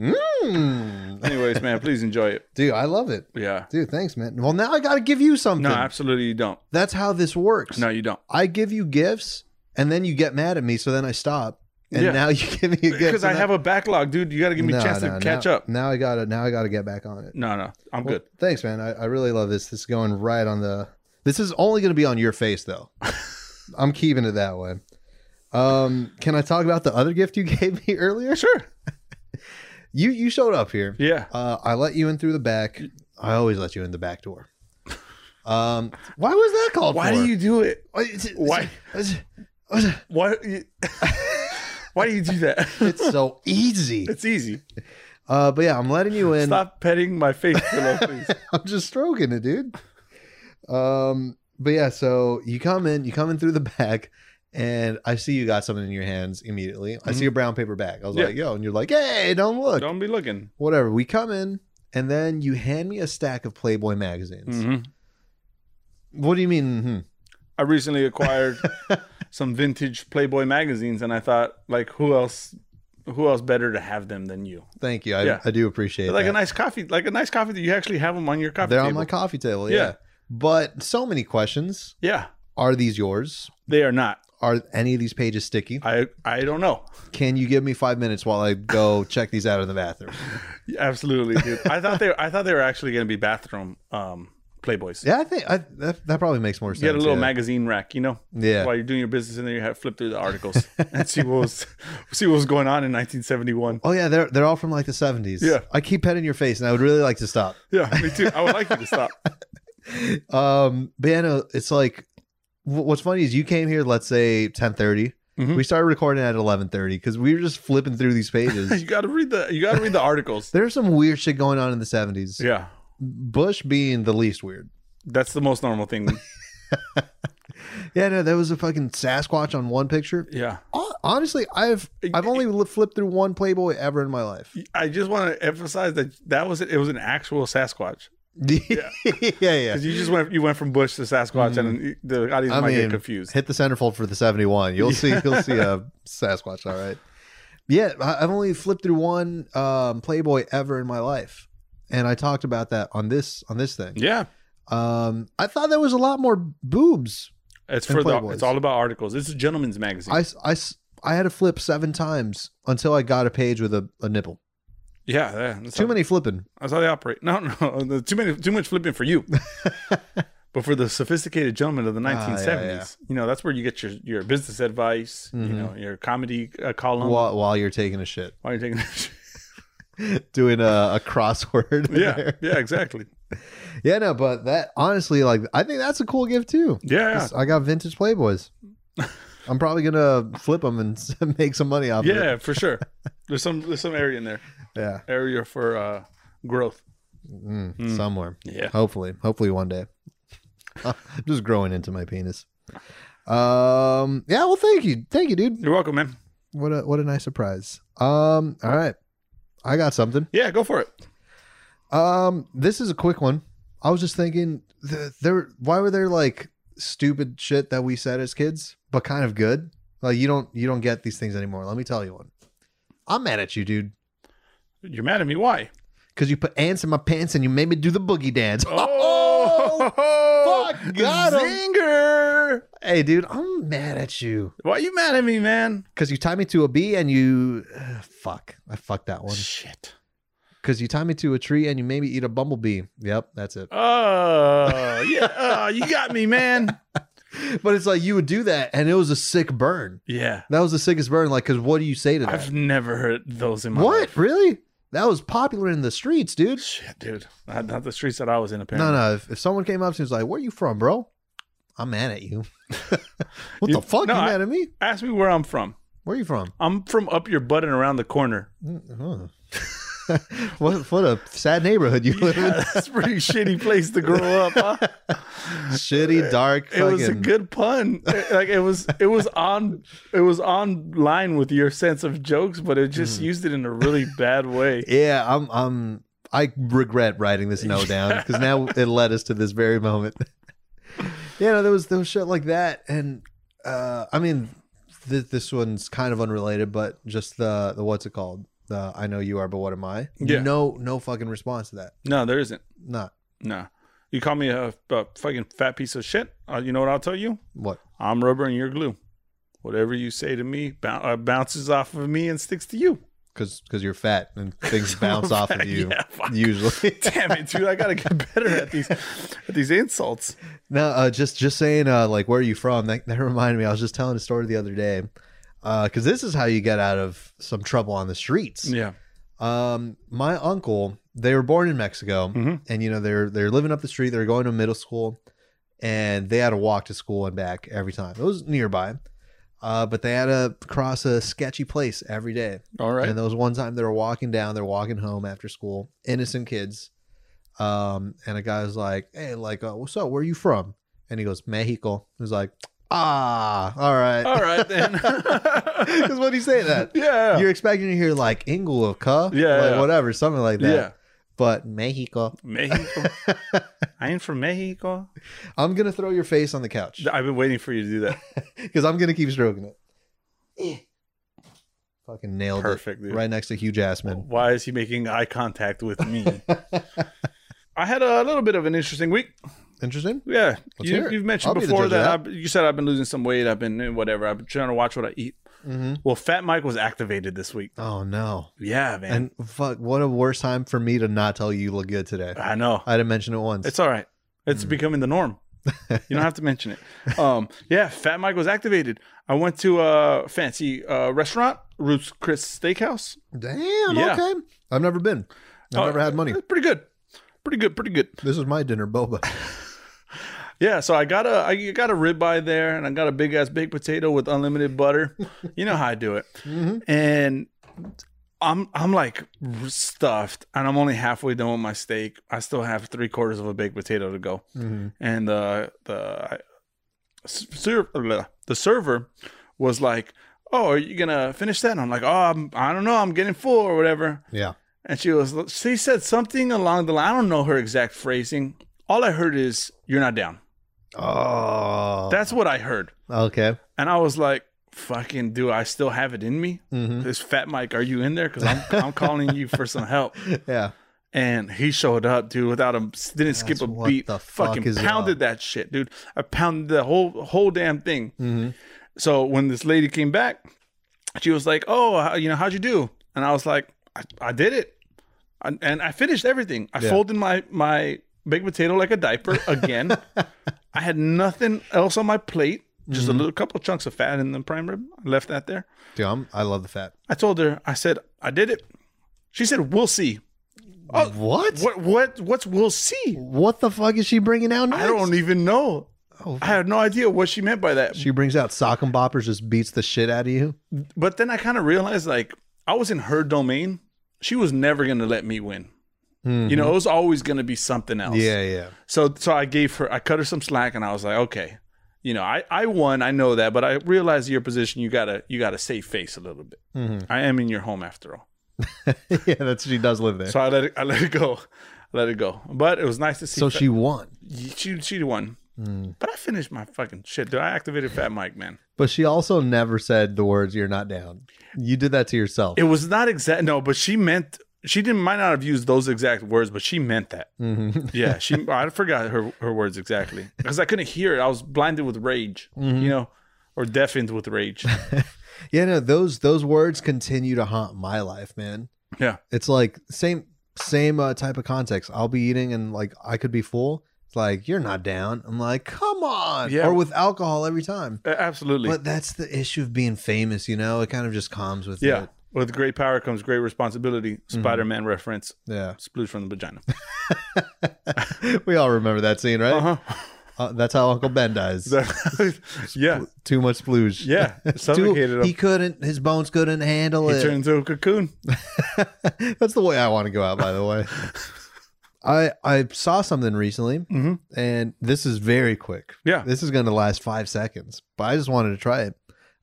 A: mm.
C: Anyways, man, please enjoy it.
A: Dude, I love it.
C: Yeah.
A: Dude, thanks, man. Well, now I got to give you something.
C: No, absolutely you don't.
A: That's how this works.
C: No, you don't.
A: I give you gifts, and then you get mad at me, so then I stop, and
C: Yeah.
A: now you give me a gift
C: Because I
A: and
C: have a backlog, dude. You got to give me a
A: No,
C: chance
A: no,
C: to catch
A: now,
C: up.
A: Now I gotta now I gotta get back on it.
C: No, no, I'm
A: Well,
C: good.
A: Thanks, man. I, I really love this. This is going right on the this is only gonna be on your face though. I'm keeping it that way. Um, can I talk about the other gift you gave me earlier?
C: Sure.
A: You you showed up here.
C: Yeah.
A: Uh, I let you in through the back. I always let you in the back door. Um, why was that called?
C: Why
A: for?
C: do you do it?
A: Why? it's- it's-
C: Why?
A: It's,
C: Why? you- Why do you do that?
A: it's so easy.
C: It's easy.
A: Uh, but yeah, I'm letting you in.
C: Stop petting my face pillow, please.
A: I'm just stroking it, dude. Um, but yeah, so you come in, you come in through the back, and I see you got something in your hands immediately. I
C: Mhm.
A: see a brown paper bag. I was
C: Yeah.
A: like, yo, and you're like, hey, don't look.
C: Don't be looking.
A: Whatever. We come in, and then you hand me a stack of Playboy magazines.
C: Mhm. Mm-hmm.
A: What do you mean? mhm?
C: I recently acquired some vintage Playboy magazines, and I thought, like, who else? Who else better to have them than you?
A: Thank you. I,
C: Yeah.
A: I do appreciate
C: They're
A: it.
C: like a nice coffee, like a nice coffee that you actually have them on your coffee
A: They're on
C: table.
A: my coffee table.
C: Yeah.
A: yeah. But so many questions.
C: yeah,
A: Are these yours?
C: they are not.
A: Are any of these pages sticky?
C: I I don't know.
A: Can you give me five minutes while I go check these out in the bathroom?
C: Absolutely, dude. I thought they I thought they were actually going to be bathroom um playboys.
A: Yeah, I think I, that that probably makes more sense.
C: You had a little
A: yeah.
C: magazine rack, you know,
A: Yeah,
C: while you're doing your business, and then you have flip through the articles and see what was see what was going on in 1971.
A: Oh yeah, they're they're all from like the seventies.
C: Yeah.
A: I keep petting your face, and I would really like to stop.
C: Yeah, me too. I would like you to stop.
A: Um, but yeah, no, it's like wh- what's funny is you came here, let's say ten
C: Mhm.
A: We started recording at eleven thirty because we were just flipping through these pages.
C: You got to read the you got to read the articles.
A: There's some weird shit going on in the seventies.
C: Yeah,
A: Bush being the least weird.
C: that's the most normal thing.
A: Yeah, no, there was a fucking Sasquatch on one picture.
C: Yeah,
A: Hon- Honestly, I've I've only li- flipped through one Playboy ever in my life.
C: I just want to emphasize that that was it. It was an actual Sasquatch
A: yeah, yeah. Mm-hmm.
C: because you just went you went from Bush to Sasquatch, and the audience
A: I
C: might
A: mean,
C: get confused.
A: Hit the centerfold for the seventy-one. You'll see. You'll see a Sasquatch. All right. Yeah, I- I've only flipped through one um, Playboy ever in my life, and I talked about that on this on this thing.
C: Yeah,
A: Um, I thought there was a lot more boobs.
C: it's
A: And
C: for the
A: Playboys.
C: it's all about articles. It's a gentleman's magazine.
A: I, s- I s- I had to flip seven times until I got a page with a, a nipple.
C: yeah, yeah that's
A: Too
C: how-
A: many flipping.
C: That's how they operate. No, no, the- too many, too much flipping for you. but for the sophisticated gentleman of the 1970s, you know that's where you get your your business advice. You know your comedy uh, column
A: While, while you're taking a shit,
C: while you're taking.
A: doing a, a crossword. in
C: yeah,
A: there.
C: yeah, exactly.
A: yeah, no, but that honestly, like, I think that's a cool gift too.
C: Yeah,
A: 'Cause I got vintage Playboys. I'm probably gonna flip them and s- make some money off of it.
C: yeah, for sure. There's some there's some area in there
A: Yeah,
C: area for uh growth.
A: Mm, somewhere.
C: Hmm. Yeah.
A: Hopefully, hopefully one day. I'm just growing into my penis. Um. Yeah. Well, thank you, thank you, dude.
C: You're welcome, man.
A: What a what a nice surprise. Um. All right. I got something.
C: Yeah, go for it.
A: Um. This is a quick one. I was just thinking, th- there. Why were there like stupid shit that we said as kids, but kind of good? Like you don't you don't get these things anymore. Let me tell you one. I'm mad at you, dude.
C: You're mad at me. Why?
A: Because you put ants in my pants and you made me do the boogie dance.
C: Oh,
A: fuck, got 'em.
C: zinger.
A: Hey, dude, I'm mad at you.
C: Why you mad at me, man?
A: Because you tied me to a bee and you. Ugh, fuck. I fucked that one.
C: Shit.
A: Because you tied me to a tree and you made me eat a bumblebee. Yep, that's it.
C: Oh, yeah. Oh, you got me, man.
A: But it's like you would do that and it was a sick burn.
C: Yeah.
A: That was the sickest burn. Like, because what do you say to that?
C: I've never heard those in my
A: what?
C: life.
A: Really? That was popular in the streets, dude.
C: Shit, dude. Not, not the streets that I was in, apparently.
A: No, no. If, if someone came up to you and was like, where you from, bro? I'm mad at you. what
C: You-
A: the fuck?
C: no,
A: you
C: I-
A: mad at me?
C: Ask me where I'm from.
A: Where are you from?
C: I'm from up your butt and around the corner.
A: Mm, huh. what what a sad neighborhood you live
C: Yeah,
A: in.
C: that's a pretty shitty place to grow up. Huh?
A: Shitty, dark.
C: It was a
A: fucking-
C: good pun. It- like it was, it was on, it was on line with your sense of jokes, but it
A: Mm.
C: just used it in a really bad way.
A: Yeah, I'm. I'm. I regret writing this note down because now it led us to this very moment. yeah, no, there was there was shit like that, and uh, I mean, th- this one's kind of unrelated, but just the the what's it called? The I know you are, but what am I?
C: Yeah.
A: No, no fucking response to that.
C: No, there isn't.
A: Not
C: No, you call me a, a fucking fat piece of shit. Uh, you know what I'll tell you?
A: what.
C: I'm rubber and you're glue. Whatever you say to me bou- uh, bounces off of me and sticks to you.
A: Because you're fat and things bounce off of you
C: Yeah, fuck.
A: usually.
C: Damn it, dude! I gotta get better at these at these insults.
A: No, uh, just just saying, uh, like, where are you from? That, that reminded me. I was just telling a story the other day, because this is how you get out of some trouble on the streets.
C: Yeah,
A: Um, my uncle, they were born in Mexico,
C: Mhm.
A: and you know they're they're living up the street. They're going to middle school, and they had to walk to school and back every time. It was nearby, uh, but they had to cross a sketchy place every day.
C: all right.
A: And there was one time they were walking down, they're walking home after school, innocent kids. Um, and a guy was like, Hey, like, uh, what's up? Where are you from? And he goes, Mexico. He's like, Ah, all right.
C: All right then.
A: Because when you say that,
C: Oh. yeah.
A: you're expecting to hear like Inglewaka,
C: Yeah,
A: like
C: yeah.
A: whatever, something like that.
C: yeah.
A: But Mexico,
C: Mexico. I ain't from Mexico.
A: I'm gonna throw your face on the couch
C: I've been waiting for you to do that.
A: because I'm gonna keep stroking it. Eh. Fucking nailed
C: Perfect,
A: it
C: dude.
A: right next to Hugh Jassman.
C: Why is he making eye contact with me? I had a little bit of an interesting week.
A: Interesting.
C: Yeah,
A: Let's
C: you,
A: hear it.
C: you've mentioned
A: I'll be the
C: before
A: judge of
C: that, I've you said I've been losing some weight. I've been eh, whatever. I've been trying to watch what I eat.
A: hmm
C: Well, Fat Mike was activated this week.
A: Oh no.
C: Yeah, man.
A: And fuck, what a worse time for me to not tell you you look good today.
C: I know.
A: I didn't mention it once.
C: It's all right. It's
A: Mm-hmm.
C: becoming the norm. You don't have to mention it. Um, yeah, Fat Mike was activated. I went to a fancy uh, restaurant, Ruth's Chris Steakhouse.
A: Damn.
C: Yeah.
A: Okay. I've never been. I've
C: Oh,
A: never had money.
C: It's pretty good. Pretty good. Pretty good.
A: This is my dinner, boba.
C: Yeah, so I got a I got a ribeye there, and I got a big ass baked potato with unlimited butter. you know how I do it.
A: Mhm.
C: And I'm I'm like stuffed, and I'm only halfway done with my steak. I still have three quarters of a baked potato to go.
A: Mhm.
C: and the the ser- bleh, the server was like, "Oh, are you gonna finish that?" And I'm like, "Oh, I'm, I don't know. I'm getting full or whatever."
A: Yeah.
C: And she was she said something along the line. I don't know her exact phrasing. All I heard is, "You're not down."
A: Oh.
C: That's what I heard,
A: okay.
C: and I was like. Fucking do I still have it in me?
A: hmm
C: This fat Mike, are you in there? Because I'm I'm calling you for some help.
A: Yeah.
C: And he showed up, dude, without him, didn't skip
A: That's
C: a
A: what
C: beat.
A: the fuck
C: fucking
A: is
C: pounded
A: up.
C: that shit, dude. I pounded the whole whole damn thing.
A: hmm
C: So when this lady came back, she was like, "Oh, how- you know, how'd you do?" And I was like, "I, I did it, I, and I finished everything. I
A: Yeah.
C: folded my my baked potato like a diaper again. I had nothing else on my plate, just
A: Mm-hmm.
C: a little couple chunks of fat in the prime rib. I left that there.
A: Dude, I'm, I love the fat.
C: I told her, I said, I did it. She said, "We'll see." Oh,
A: what? what?
C: What what what's we'll see?
A: the fuck is she bringing out next?
C: I don't even know.
A: Oh,
C: I had no idea what she meant by that.
A: she brings out sock and boppers, just beats the shit out of you.
C: but then I kind of realized like I was in her domain. She was never going to let me win.
A: Mhm.
C: You know, it was always going to be something else.
A: Yeah, yeah.
C: So so I gave her I cut her some slack and I was like, "Okay. You know, I I won, I know that, but I realize your position, you got to you got to save face a little bit.
A: Mhm.
C: I am in your home after all."
A: yeah, that's she does live there. So,
C: So I let it I let it go. I let it go. But it was nice to see Fat-
A: she won.
C: she she won. But I finished my fucking shit, dude. I activated Fat Mike, man.
A: But she also never said the words "you're not down." You did that to yourself.
C: It was not exact. No, but she meant she didn't might not have used those exact words, but she meant that.
A: Mhm.
C: Yeah, she. I forgot her her words exactly because I couldn't hear it. I was blinded with rage,
A: Mm-hmm.
C: you know, or deafened with rage.
A: Yeah, no, those those words continue to haunt my life, man.
C: Yeah.
A: It's like same same uh, type of context. I'll be eating and like I could be full. It's like you're not down. I'm like, come on.
C: Yeah.
A: Or with alcohol every time.
C: A- Absolutely.
A: But that's the issue of being famous, you know. It kind of just calms with
C: yeah.
A: it.
C: With great power comes great responsibility.
A: Mm-hmm.
C: Spider Man reference.
A: Yeah,
C: Splooge from the vagina.
A: we all remember that scene, right?
C: Uh-huh.
A: Uh, that's how Uncle Ben dies.
C: yeah.
A: Too much splooge.
C: Yeah.
A: Too,
C: Suffocated him.
A: he
C: He,
A: couldn't. His bones couldn't handle it.
C: turned into a cocoon.
A: That's the way I want to go out, by the way. I I saw something recently,
C: Mhm.
A: and this is very quick.
C: Yeah.
A: This is going to last five seconds, but I just wanted to try it.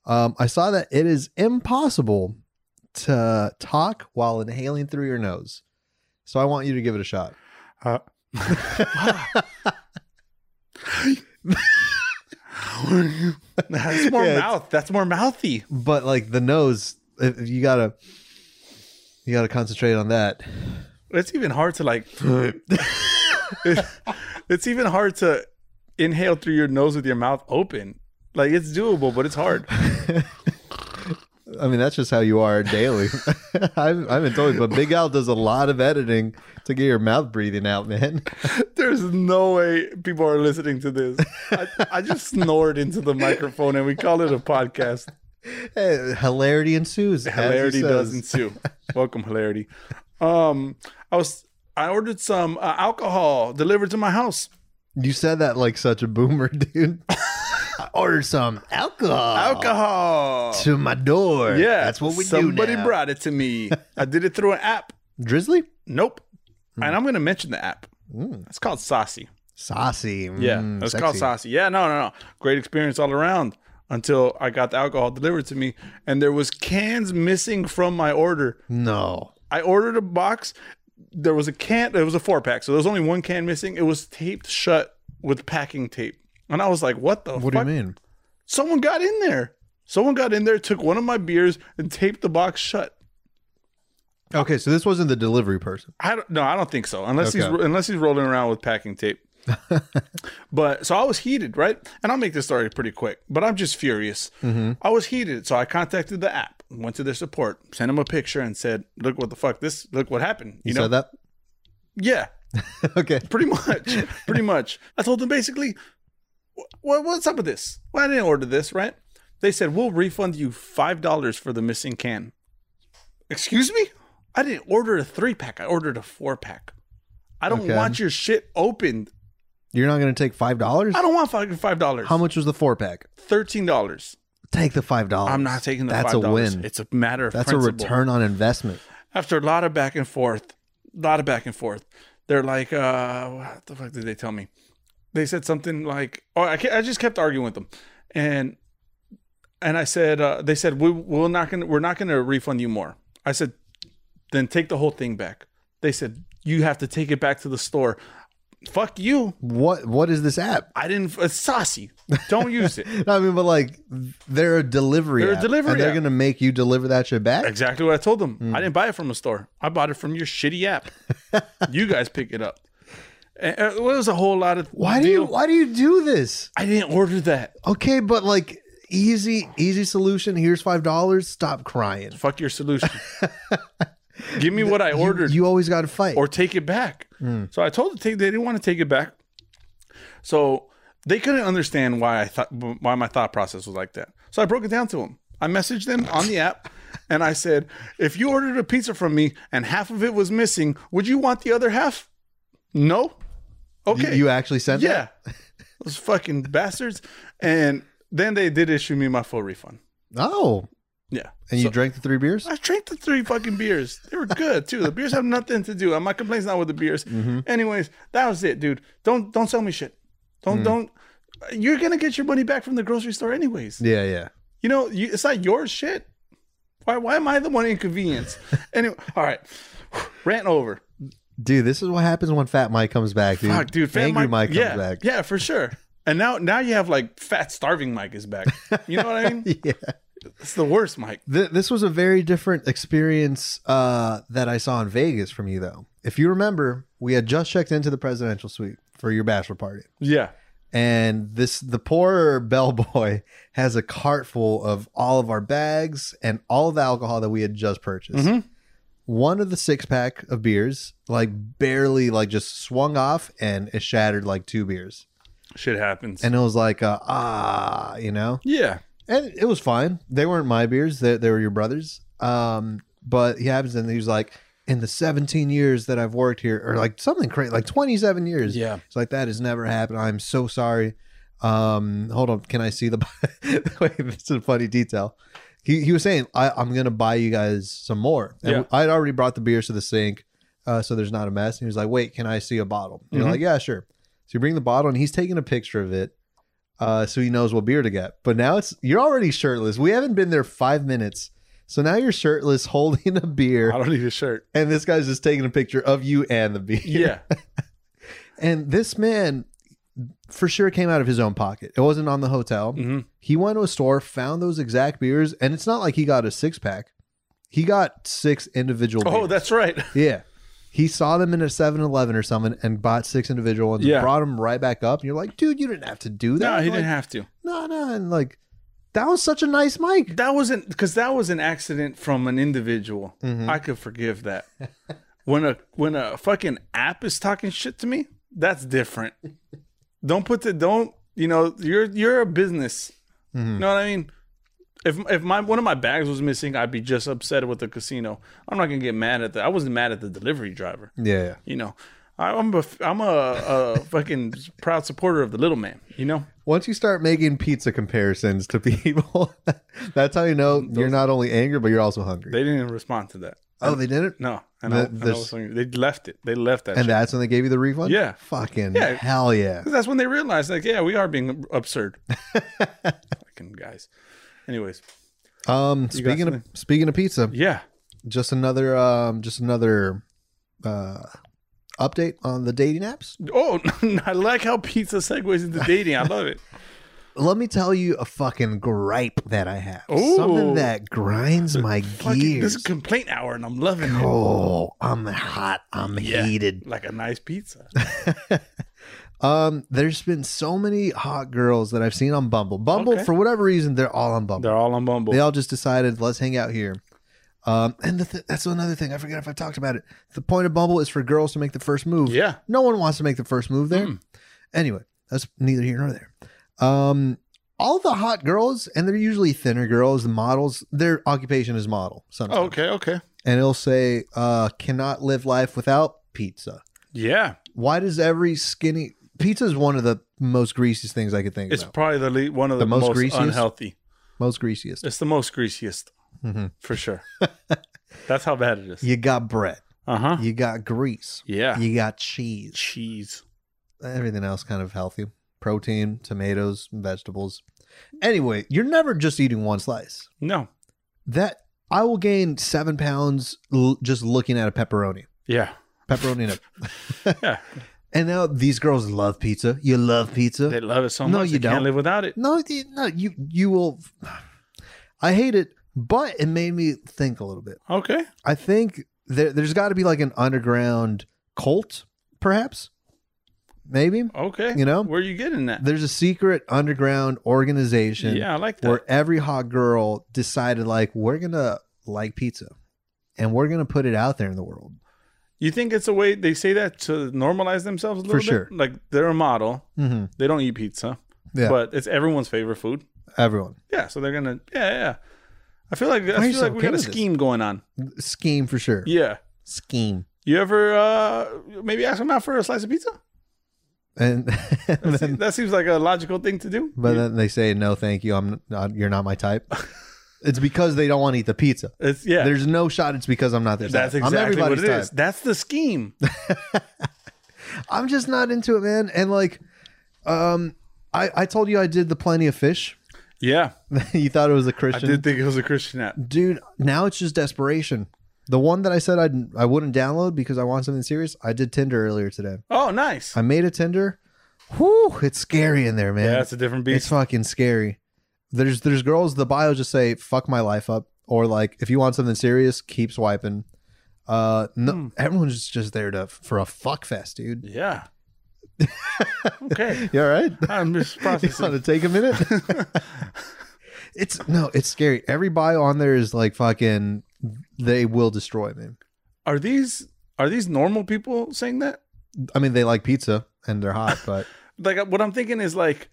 A: Um, I saw that it is impossible to talk while inhaling through your nose. So I want you to give it a shot.
C: Uh, That's more
A: Yeah, it's-
C: mouth. That's more mouthy.
A: But like the nose, if, if you gotta, you gotta concentrate on that.
C: It's even hard to like. it's even hard to inhale through your nose with your mouth open. Like it's doable, but it's hard.
A: I mean, that's just how you are daily. I've, I've been told, but Big Al does a lot of editing to get your mouth breathing out, man.
C: There's no way people are listening to this. I, I just snored into the microphone, and we call it a podcast.
A: Hey, Eh, hilarity ensues. as he
C: hilarity
A: says.
C: does ensue. Welcome, hilarity. Um, I was I ordered some uh, alcohol delivered to my house.
A: You said that like such a boomer, dude. I ordered some alcohol,
C: Alcohol.
A: to my door.
C: Yeah,
A: that's what we
C: Somebody
A: do. now.
C: brought it to me. I did it through an app.
A: Drizzly. Hmm.
C: Nope. And I'm going to mention the app.
A: Mm.
C: It's called Saucy.
A: Saucy.
C: Yeah,
A: Mm,
C: it's called
A: sexy.
C: saucy. Yeah, no, no, no. Great experience all around until I got the alcohol delivered to me, and there was cans missing from my order.
A: No.
C: I ordered a box. There was a can. It was a four pack, so there was only one can missing. It was taped shut with packing tape, and I was like, "What the?
A: What do
C: fuck?
A: you mean?
C: Someone got in there. Someone got in there, took one of my beers, and taped the box shut."
A: Okay, so this wasn't the delivery person.
C: I don't, no, I don't think so. Unless he's
A: Okay.
C: unless he's rolling around with packing tape. but so I was heated, right? And I'll make this story pretty quick. But I'm just furious.
A: Mm-hmm.
C: I was heated, so I contacted the app, went to their support, sent them a picture, and said, "Look what the fuck this! Look what happened." You,
A: You,
C: know?
A: said that?
C: Yeah,
A: okay.
C: pretty much, pretty much. I told them basically, "What what's up with this? Well, I didn't order this, right?" They said, "We'll refund you five dollars for the missing can." Excuse me? I didn't order a three pack. I ordered a four pack. I don't
A: Okay.
C: want your shit opened.
A: You're not going to take $5?
C: I don't want fucking five dollars.
A: How much was the four pack?
C: Thirteen dollars.
A: Take the $5.
C: I'm not taking the
A: That's
C: five
A: a
C: dollars.
A: win.
C: It's a matter of
A: That's a
C: principle.
A: return on investment.
C: after a lot of back and forth, a lot of back and forth, they're like, uh, what the fuck did they tell me? They said something like, oh, I, ke- I just kept arguing with them, and and I said, uh, they said we we're not gonna we're not gonna refund you more. I said, then take the whole thing back. They said you have to take it back to the store. Fuck you.
A: What what is this app?
C: I didn't. It's saucy. Don't use it.
A: I mean, but like they're a delivery.
C: They're a
A: app,
C: delivery
A: And they're
C: app.
A: going to make you deliver that shit back?
C: Exactly what I told them.
A: Hmm.
C: I didn't buy it from a store. I bought it from your shitty app. you guys pick it up. And uh, it was a whole lot of
A: Why do you
C: deal.
A: why do you do this?
C: I didn't order that.
A: Okay, but like easy easy solution. Here's five dollars. Stop crying.
C: Fuck your solution. Give me what I ordered
A: You always got to fight.
C: or take it back.
A: Hmm.
C: So I told them take, they didn't want to take it back. So they couldn't understand why I thought why my thought process was like that. So I broke it down to them. I messaged them on the app and I said, "If you ordered a pizza from me and half of it was missing, would you want the other half?" No.
A: You-
C: Okay.
A: you actually sent that.
C: Yeah. Those fucking bastards. And then they did issue me my full refund.
A: Oh,
C: Yeah.
A: and you drank the three beers.
C: I drank the three fucking beers. They were good too. The beers have nothing to do. Uh, My complaint's not with the beers.
A: Mm-hmm.
C: Anyways, that was it, dude. Don't don't sell me shit. Don't
A: Mm.
C: don't you're gonna get your money back from the grocery store anyways.
A: Yeah, yeah.
C: You know, you, it's not your shit. Why why am I the one inconvenienced? anyway, all right. Rant over.
A: Dude, this is what happens when Fat Mike comes back, dude.
C: Fuck, dude. Fat
A: Angry Mike,
C: Mike, yeah,
A: comes back.
C: Yeah, for sure. And now, now you have like fat starving Mike is back. You know what I mean?
A: Yeah.
C: It's the worst Mike.
A: Th- this was a very different experience uh, that I saw in Vegas from you, though. If you remember, we had just checked into the presidential suite for your bachelor party,
C: Yeah,
A: and this the poor bellboy has a cart full of all of our bags and all of the alcohol that we had just purchased.
C: Mhm.
A: One of the six pack of beers, like barely, like just swung off, and it shattered like two beers,
C: shit happens.
A: and it was like uh, ah, you know
C: yeah,
A: and it was fine. They weren't my beers; they, they were your brothers. Um, but he happens, and he was like, "In the 17 years that I've worked here, or like something crazy, like 27 years,
C: Yeah.
A: it's like that has never happened. I'm so sorry. Um, hold on, can I see the? Wait, this is a funny detail. He, he was saying, I, "I'm gonna buy you guys some more." And
C: Yeah.
A: I'd already brought the beers to the sink, uh, so there's not a mess. And he was like, "Wait, can I see a bottle?" And You're
C: Mhm.
A: like, "Yeah, sure." So you bring the bottle, and he's taking a picture of it uh, so he knows what beer to get. But now it's you're already shirtless. We haven't been there five minutes, so now you're shirtless, holding a
C: I
A: beer,
C: don't need a shirt.
A: and this guy's just taking a picture of you and the beer.
C: Yeah,
A: And this man, for sure, came out of his own pocket. It wasn't on the hotel.
C: hmm
A: He went to a store, found those exact beers, and it's not like he got a six pack. He got six individual.
C: oh,
A: beers.
C: that's right.
A: Yeah. He saw them in a 7 Eleven or something and bought six individual ones
C: Yeah.
A: and brought them right back up. And you're like, dude, you didn't have to do that.
C: No, he
A: Like,
C: didn't have to.
A: no, no, and like that was such a nice mic.
C: That wasn't because that was an accident from an individual. I could forgive that. when a when a fucking app is talking shit to me, that's different. don't put the don't you know you're you're a business. You know what I mean? If if my one of my bags was missing, I'd be just upset with the casino. I'm not gonna get mad at that. I wasn't mad at the delivery driver.
A: Yeah, yeah.
C: You know, I, I'm a I'm a, a fucking proud supporter of the little man. You know,
A: Once you start making pizza comparisons
C: Mm,
A: to people, that's how you know you're not only angry but you're also hungry.
C: they didn't respond to that.
A: Oh, they didn't?
C: No, and
A: The-
C: I, and I
A: this-
C: was thinking- they left it. They left that.
A: And
C: shit.
A: that's when they gave you the refund?
C: Yeah.
A: Fucking
C: Yeah.
A: hell yeah.
C: 'Cause that's when they realized, like, yeah, we are being absurd. Fucking guys. Anyways,
A: Um
C: You got
A: speaking of
C: something?
A: speaking of pizza,
C: yeah,
A: just another um just another uh update on the dating apps.
C: Oh, I like how pizza segues into dating. I love it.
A: Let me tell you a fucking gripe that I have. Something
C: Ooh.
A: that grinds my
C: Fucking, this is
A: gears.
C: complaint hour, and I'm loving it.
A: Oh, I'm hot. I'm
C: Yeah.
A: heated.
C: Like a nice pizza.
A: Um, there's been so many hot girls that I've seen on Bumble. Bumble,
C: Okay.
A: for whatever reason, they're all on Bumble.
C: They're all on Bumble.
A: They all just decided, let's hang out here. Um, and the th- that's another thing. I forget if I talked about it. The point of Bumble is for girls to make the first move.
C: yeah. Hmm.
A: No one wants to make the first move there. Anyway, that's neither here nor there. Um, all the hot girls, and they're usually thinner girls, the models, their occupation is model sometimes.
C: Oh, okay. Okay.
A: And it'll say, uh, cannot live life without pizza.
C: Yeah.
A: Why does every skinny pizza is one of the most greasiest things I could think
C: It's
A: about?
C: probably the le- one of the,
A: The most
C: most,
A: greasiest?
C: unhealthy.
A: Most greasiest.
C: It's the most greasiest
A: Mhm.
C: for sure. That's how bad it is.
A: You got bread.
C: Uh huh.
A: You got grease.
C: Yeah.
A: You got cheese.
C: Cheese.
A: everything else kind of healthy protein tomatoes vegetables anyway you're never just eating one slice
C: No.
A: that i will gain seven pounds l- just looking at a pepperoni
C: Yeah.
A: pepperoni and, a-
C: Yeah.
A: and now these girls love pizza you love pizza
C: They love it so
A: No,
C: much.
A: you
C: they can't
A: don't.
C: live without it.
A: no you- no you you will i hate it but it made me think a little bit
C: Okay.
A: i think there, there's got to be like an underground cult perhaps maybe
C: Okay.
A: you know
C: Where are you getting that?
A: there's a secret underground organization
C: Yeah, I like that.
A: where every hot girl decided like we're gonna like pizza and we're gonna put it out there in the world
C: You think it's a way they say that to normalize themselves a little
A: For
C: bit?
A: sure.
C: Like they're a model.
A: mm-hmm.
C: They don't eat pizza.
A: Yeah.
C: But it's everyone's favorite food.
A: everyone
C: Yeah. So they're gonna yeah, yeah. I feel like
A: are
C: I
A: you
C: feel
A: so
C: like we
A: okay
C: got a
A: with this?
C: scheme going on.
A: scheme for sure
C: Yeah.
A: scheme
C: You ever uh maybe ask them out for a slice of pizza?
A: and,
C: That, se-
A: then,
C: that seems like a logical thing to do.
A: but then they say no thank you i'm not you're not my type it's because they don't want to eat the pizza
C: it's yeah.
A: there's no shot it's because i'm not their
C: That's
A: type i'm
C: exactly what
A: everybody's
C: it is.
A: type
C: That's the scheme.
A: i'm just not into it man and like um i i told you i did the plenty of fish
C: Yeah.
A: you thought it was a
C: I
A: christian
C: did think it was a Christian app.
A: dude now it's just desperation the one that i said I'd, i wouldn't download because i want something serious i did tinder earlier today
C: Oh, nice.
A: i made a tinder whew it's scary in there man
C: yeah, it's a different
A: it's
C: beast.
A: fucking scary there's there's girls the bio just say fuck my life up or like if you want something serious keep swiping uh no
C: Hmm.
A: everyone's just there to for a fuck fest dude
C: Yeah. okay.
A: you all right
C: I'm just
A: you
C: processing.
A: want to take a minute it's no it's scary every bio on there is like fucking they will destroy me
C: Are these are these normal people saying that?
A: I mean, they like pizza and they're hot, but
C: Like what I'm thinking is like,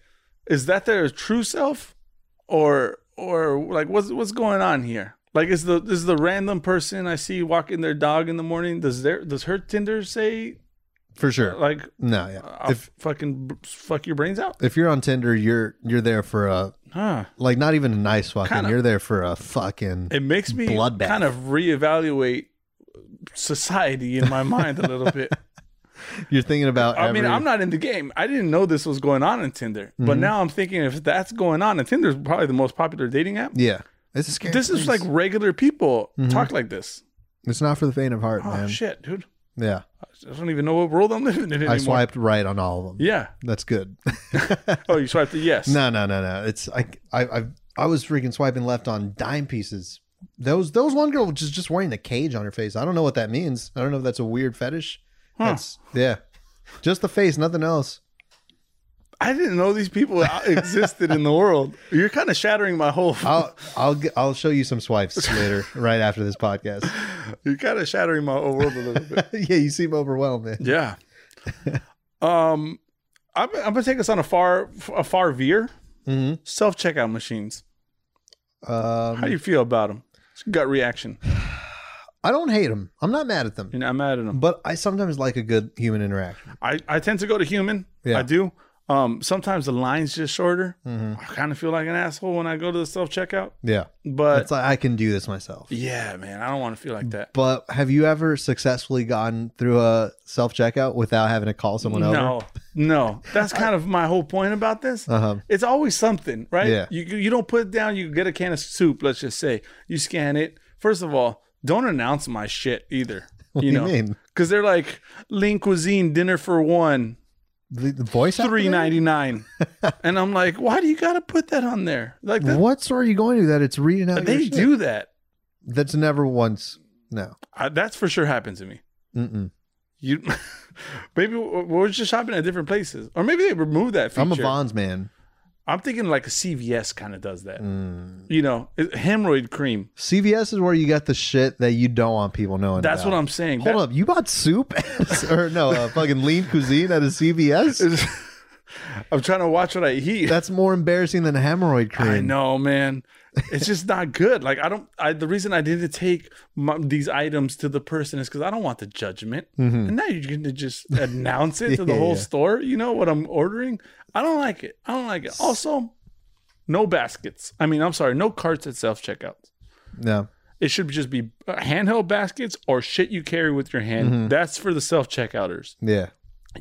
C: is that their true self, or or like what's what's going on here? Like is the is the random person I see walking their dog in the morning? Does their does her Tinder say
A: for sure,
C: like
A: no, yeah.
C: I'll
A: If
C: fucking b- fuck your brains out?
A: if you're on Tinder, you're you're there for a
C: Huh.
A: like not even a nice fucking.
C: Kinda.
A: You're there for a fucking.
C: It makes me
A: Bloodbath.
C: kind of reevaluate society in my mind a little bit.
A: You're thinking about.
C: I mean,
A: every-
C: I'm not in the game. I didn't know this was going on in Tinder, but
A: Mhm.
C: now I'm thinking if that's going on, and Tinder's probably the most popular dating app.
A: Yeah, this is scary.
C: This is like
A: place.
C: regular people
A: Mhm.
C: talk like this.
A: it's not for the faint of heart,
C: Oh
A: man.
C: shit, dude!
A: Yeah,
C: I don't even know what world I'm living in anymore.
A: I swiped right on all of them.
C: Yeah.
A: That's good.
C: Oh, you swiped the yes.
A: no, no, no, no. It's I, I, I, I was freaking swiping left on dime pieces. Those, those one girl just just wearing the cage on her face. I don't know what that means. I don't know if that's a weird fetish.
C: Huh.
A: That's yeah, just the face, nothing else.
C: I didn't know these people out- existed in the world. You're kind of shattering my whole.
A: I'll I'll g- I'll show you some swipes later, right after this podcast.
C: You're kind of shattering my whole world a little bit.
A: yeah, you seem overwhelmed, man.
C: Yeah. um, I'm, I'm gonna take us on a far a far veer
A: Mm-hmm.
C: self checkout machines. How do
A: Um,
C: you feel about them? Gut reaction.
A: I don't hate them. I'm not mad at them,
C: You know, I'm mad at them.
A: but I sometimes like a good human interaction.
C: I, I tend to go to human.
A: Yeah.
C: I do. Um, sometimes the line's just shorter.
A: Mhm.
C: I kind of feel like an asshole when I go to the self checkout,
A: Yeah.
C: but
A: it's like I can do this myself.
C: yeah, man, I don't want to feel like that.
A: But have you ever successfully gotten through a self checkout without having to call someone over?
C: No, no, that's kind of my whole point about this.
A: Uh-huh.
C: It's always something, right?
A: Yeah.
C: You you don't put it down. You get a can of soup. Let's just say you scan it. First of all, don't announce my shit either.
A: What
C: you
A: do
C: know,
A: you mean?
C: because they're like lean cuisine dinner for one
A: The, the voice actor?
C: three ninety nine, and I'm like, why do you got to put that on there? Like that,
A: What store are you going to that it's reading out?
C: they
A: your shit?
C: do that.
A: That's never once. No.
C: I, that's for sure happened to me.
A: Mm-mm.
C: You maybe we- we're just shopping at different places, or maybe they removed that feature.
A: I'm a Vons man.
C: I'm thinking like a CVS kind of does that.
A: Mm.
C: You know, it- hemorrhoid cream.
A: CVS is where you got the shit that you don't want people knowing.
C: That's what
A: about.
C: I'm saying.
A: Hold up, you bought soup or no uh, fucking lean cuisine at a CVS?
C: up. I'm trying to watch what I eat.
A: That's more embarrassing than hemorrhoid cream.
C: I know, man. It's just not good. Like I don't. I the reason I didn't take my, these items to the person is because I don't want the judgment. And now you're going to just announce it to the
A: Mm-hmm. Yeah,
C: whole
A: yeah.
C: store. You know what I'm ordering? I don't like it. I don't like it. Also, no baskets. I mean, I'm sorry, no carts at self checkouts.
A: No,
C: It should just be uh, handheld baskets or shit you carry with your hand.
A: Mm-hmm.
C: That's for the self checkouters.
A: yeah.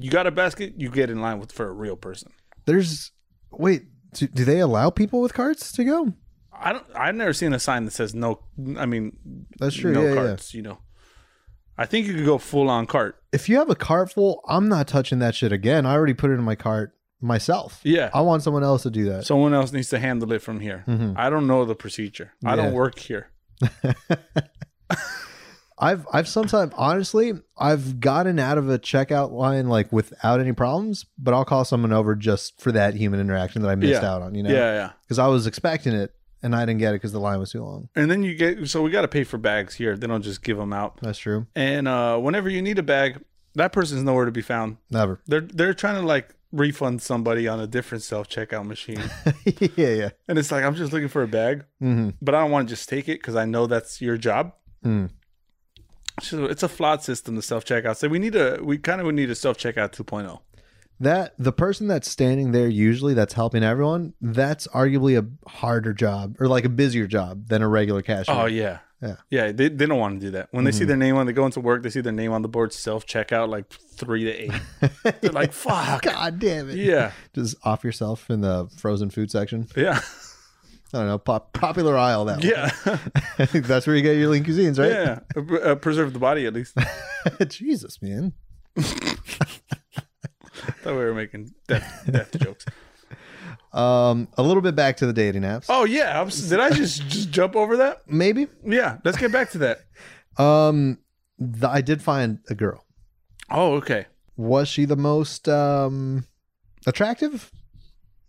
C: You got a basket, you get in line with for a real person.
A: There's wait. Do, do they allow people with carts to go?
C: I don't. I've never seen a sign that says no. I mean,
A: That's true.
C: no
A: yeah, yeah.
C: carts. You know, I think you could go full on cart.
A: If you have a cart full, I'm not touching that shit again. I already put it in my cart myself.
C: Yeah,
A: I want someone else to do that.
C: someone else needs to handle it from here.
A: Mhm.
C: I don't know the procedure. I don't
A: Yeah.
C: work here.
A: I've I've sometimes honestly I've gotten out of a checkout line like without any problems, but I'll call someone over just for that human interaction that I missed
C: Yeah.
A: out on. You know,
C: Yeah, yeah.
A: because I was expecting it and I didn't get it because the line was too long.
C: And then you get so we got to pay for bags here. They don't just give them out.
A: That's true.
C: And uh, whenever you need a bag, that person's nowhere to be found.
A: Never.
C: They're they're trying to like refund somebody on a different self checkout machine,
A: yeah, yeah.
C: and it's like I'm just looking for a bag.
A: hmm
C: but I don't want to just take it because I know that's your job.
A: Mm.
C: So it's a flawed system, the self checkout. So we need a, we kind of would need a self checkout 2.0.
A: That the person that's standing there usually that's helping everyone. That's arguably a harder job or like a busier job than a regular cashier.
C: Oh yeah,
A: Yeah. Mm-hmm.
C: yeah. They, they don't want to do that. When they see their name on, they go into work. They see their name on the board, self checkout, like three to eight. They're like, fuck.
A: God damn it!
C: Yeah,
A: Just off yourself in the frozen food section.
C: yeah,
A: I don't know. Pop, popular aisle that. one.
C: yeah,
A: That's where you get your lean cuisines, right?
C: yeah. Uh, preserve the body at least. I
A: Jesus, man.
C: thought we were making death, death jokes.
A: Um, a little bit back to the dating apps.
C: Oh yeah, I'm, s- did I just just jump over that?
A: Maybe.
C: Yeah, let's get back to that.
A: Um, th- I did find a girl.
C: Oh okay.
A: Was she the most um attractive?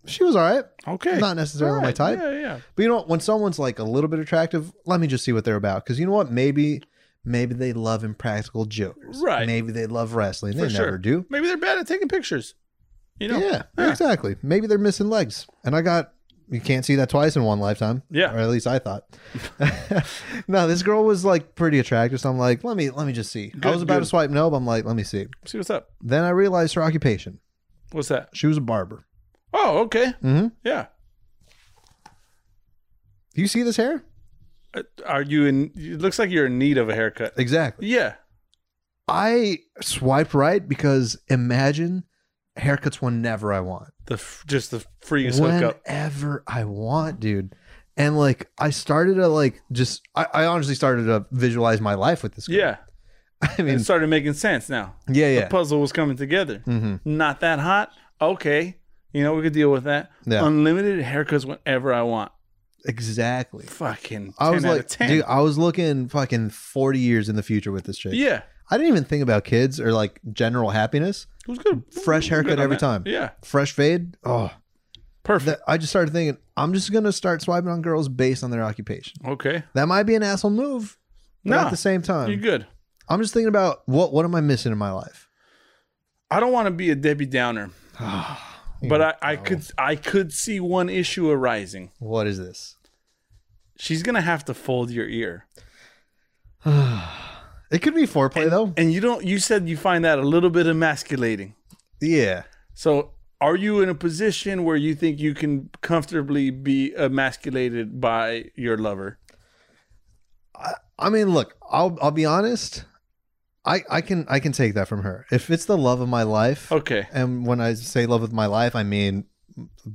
A: She was all right.
C: Okay.
A: Not necessarily my
C: Alright,
A: type.
C: Yeah, yeah.
A: But you know what? When someone's like a little bit attractive, let me just see what they're about. Because you know what? Maybe maybe they love impractical jokers.
C: Right.
A: Maybe they love wrestling.
C: For
A: they
C: sure.
A: never do.
C: Maybe they're bad at taking pictures. You know?
A: Yeah,
C: Yeah.
A: exactly. Maybe they're missing legs. And I got you can't see that twice in one lifetime.
C: Yeah.
A: Or at least I thought. no, this girl was like pretty attractive. So I'm like, let me let me just see. I
C: Good,
A: was about to
C: good.
A: swipe no, but I'm like, let me see.
C: See what's up.
A: Then I realized her occupation.
C: What's that?
A: She was a barber.
C: Oh, okay.
A: Mm-hmm.
C: Yeah.
A: Do you see this hair?
C: Uh, Are you in? It looks like you're in need of a haircut.
A: Exactly.
C: Yeah.
A: I swiped right because imagine haircuts whenever I want.
C: The f- just the freest hookup.
A: whenever I want, dude. And like I started to like just I, I honestly started to visualize my life with this girl.
C: Yeah.
A: I
C: It
A: mean
C: started making sense now.
A: yeah, yeah.
C: The puzzle was coming together.
A: Mm-hmm.
C: Not that hot. Okay. You know we could deal with that.
A: Yeah.
C: Unlimited haircuts whenever I want.
A: Exactly.
C: Fucking. 10
A: I was
C: out
A: like,
C: of 10.
A: dude, I was looking fucking 40 years in the future with this chick.
C: yeah.
A: I didn't even think about kids or like general happiness.
C: It was good.
A: Fresh
C: Good
A: haircut
C: on
A: every
C: that.
A: time.
C: Yeah.
A: Fresh fade. Oh, that,
C: Perfect.
A: I just started thinking, I'm just going to start swiping on girls based on their occupation.
C: okay.
A: That might be an asshole move. But
C: No.
A: at the same
C: You're
A: time,
C: good.
A: I'm just thinking about what what am I missing in my life?
C: I don't want to be a Debbie Downer. But I, I could I could see one issue arising.
A: What is this?
C: She's gonna have to fold your ear,
A: It could be foreplay though.
C: and you don't. You said you find that a little bit emasculating.
A: Yeah.
C: So Are you in a position where you think you can comfortably be emasculated by your lover?
A: I, I mean, look, I'll I'll be honest. I I can I can take that from her. If it's the love of my life,
C: Okay.
A: and when I say love of my life, I mean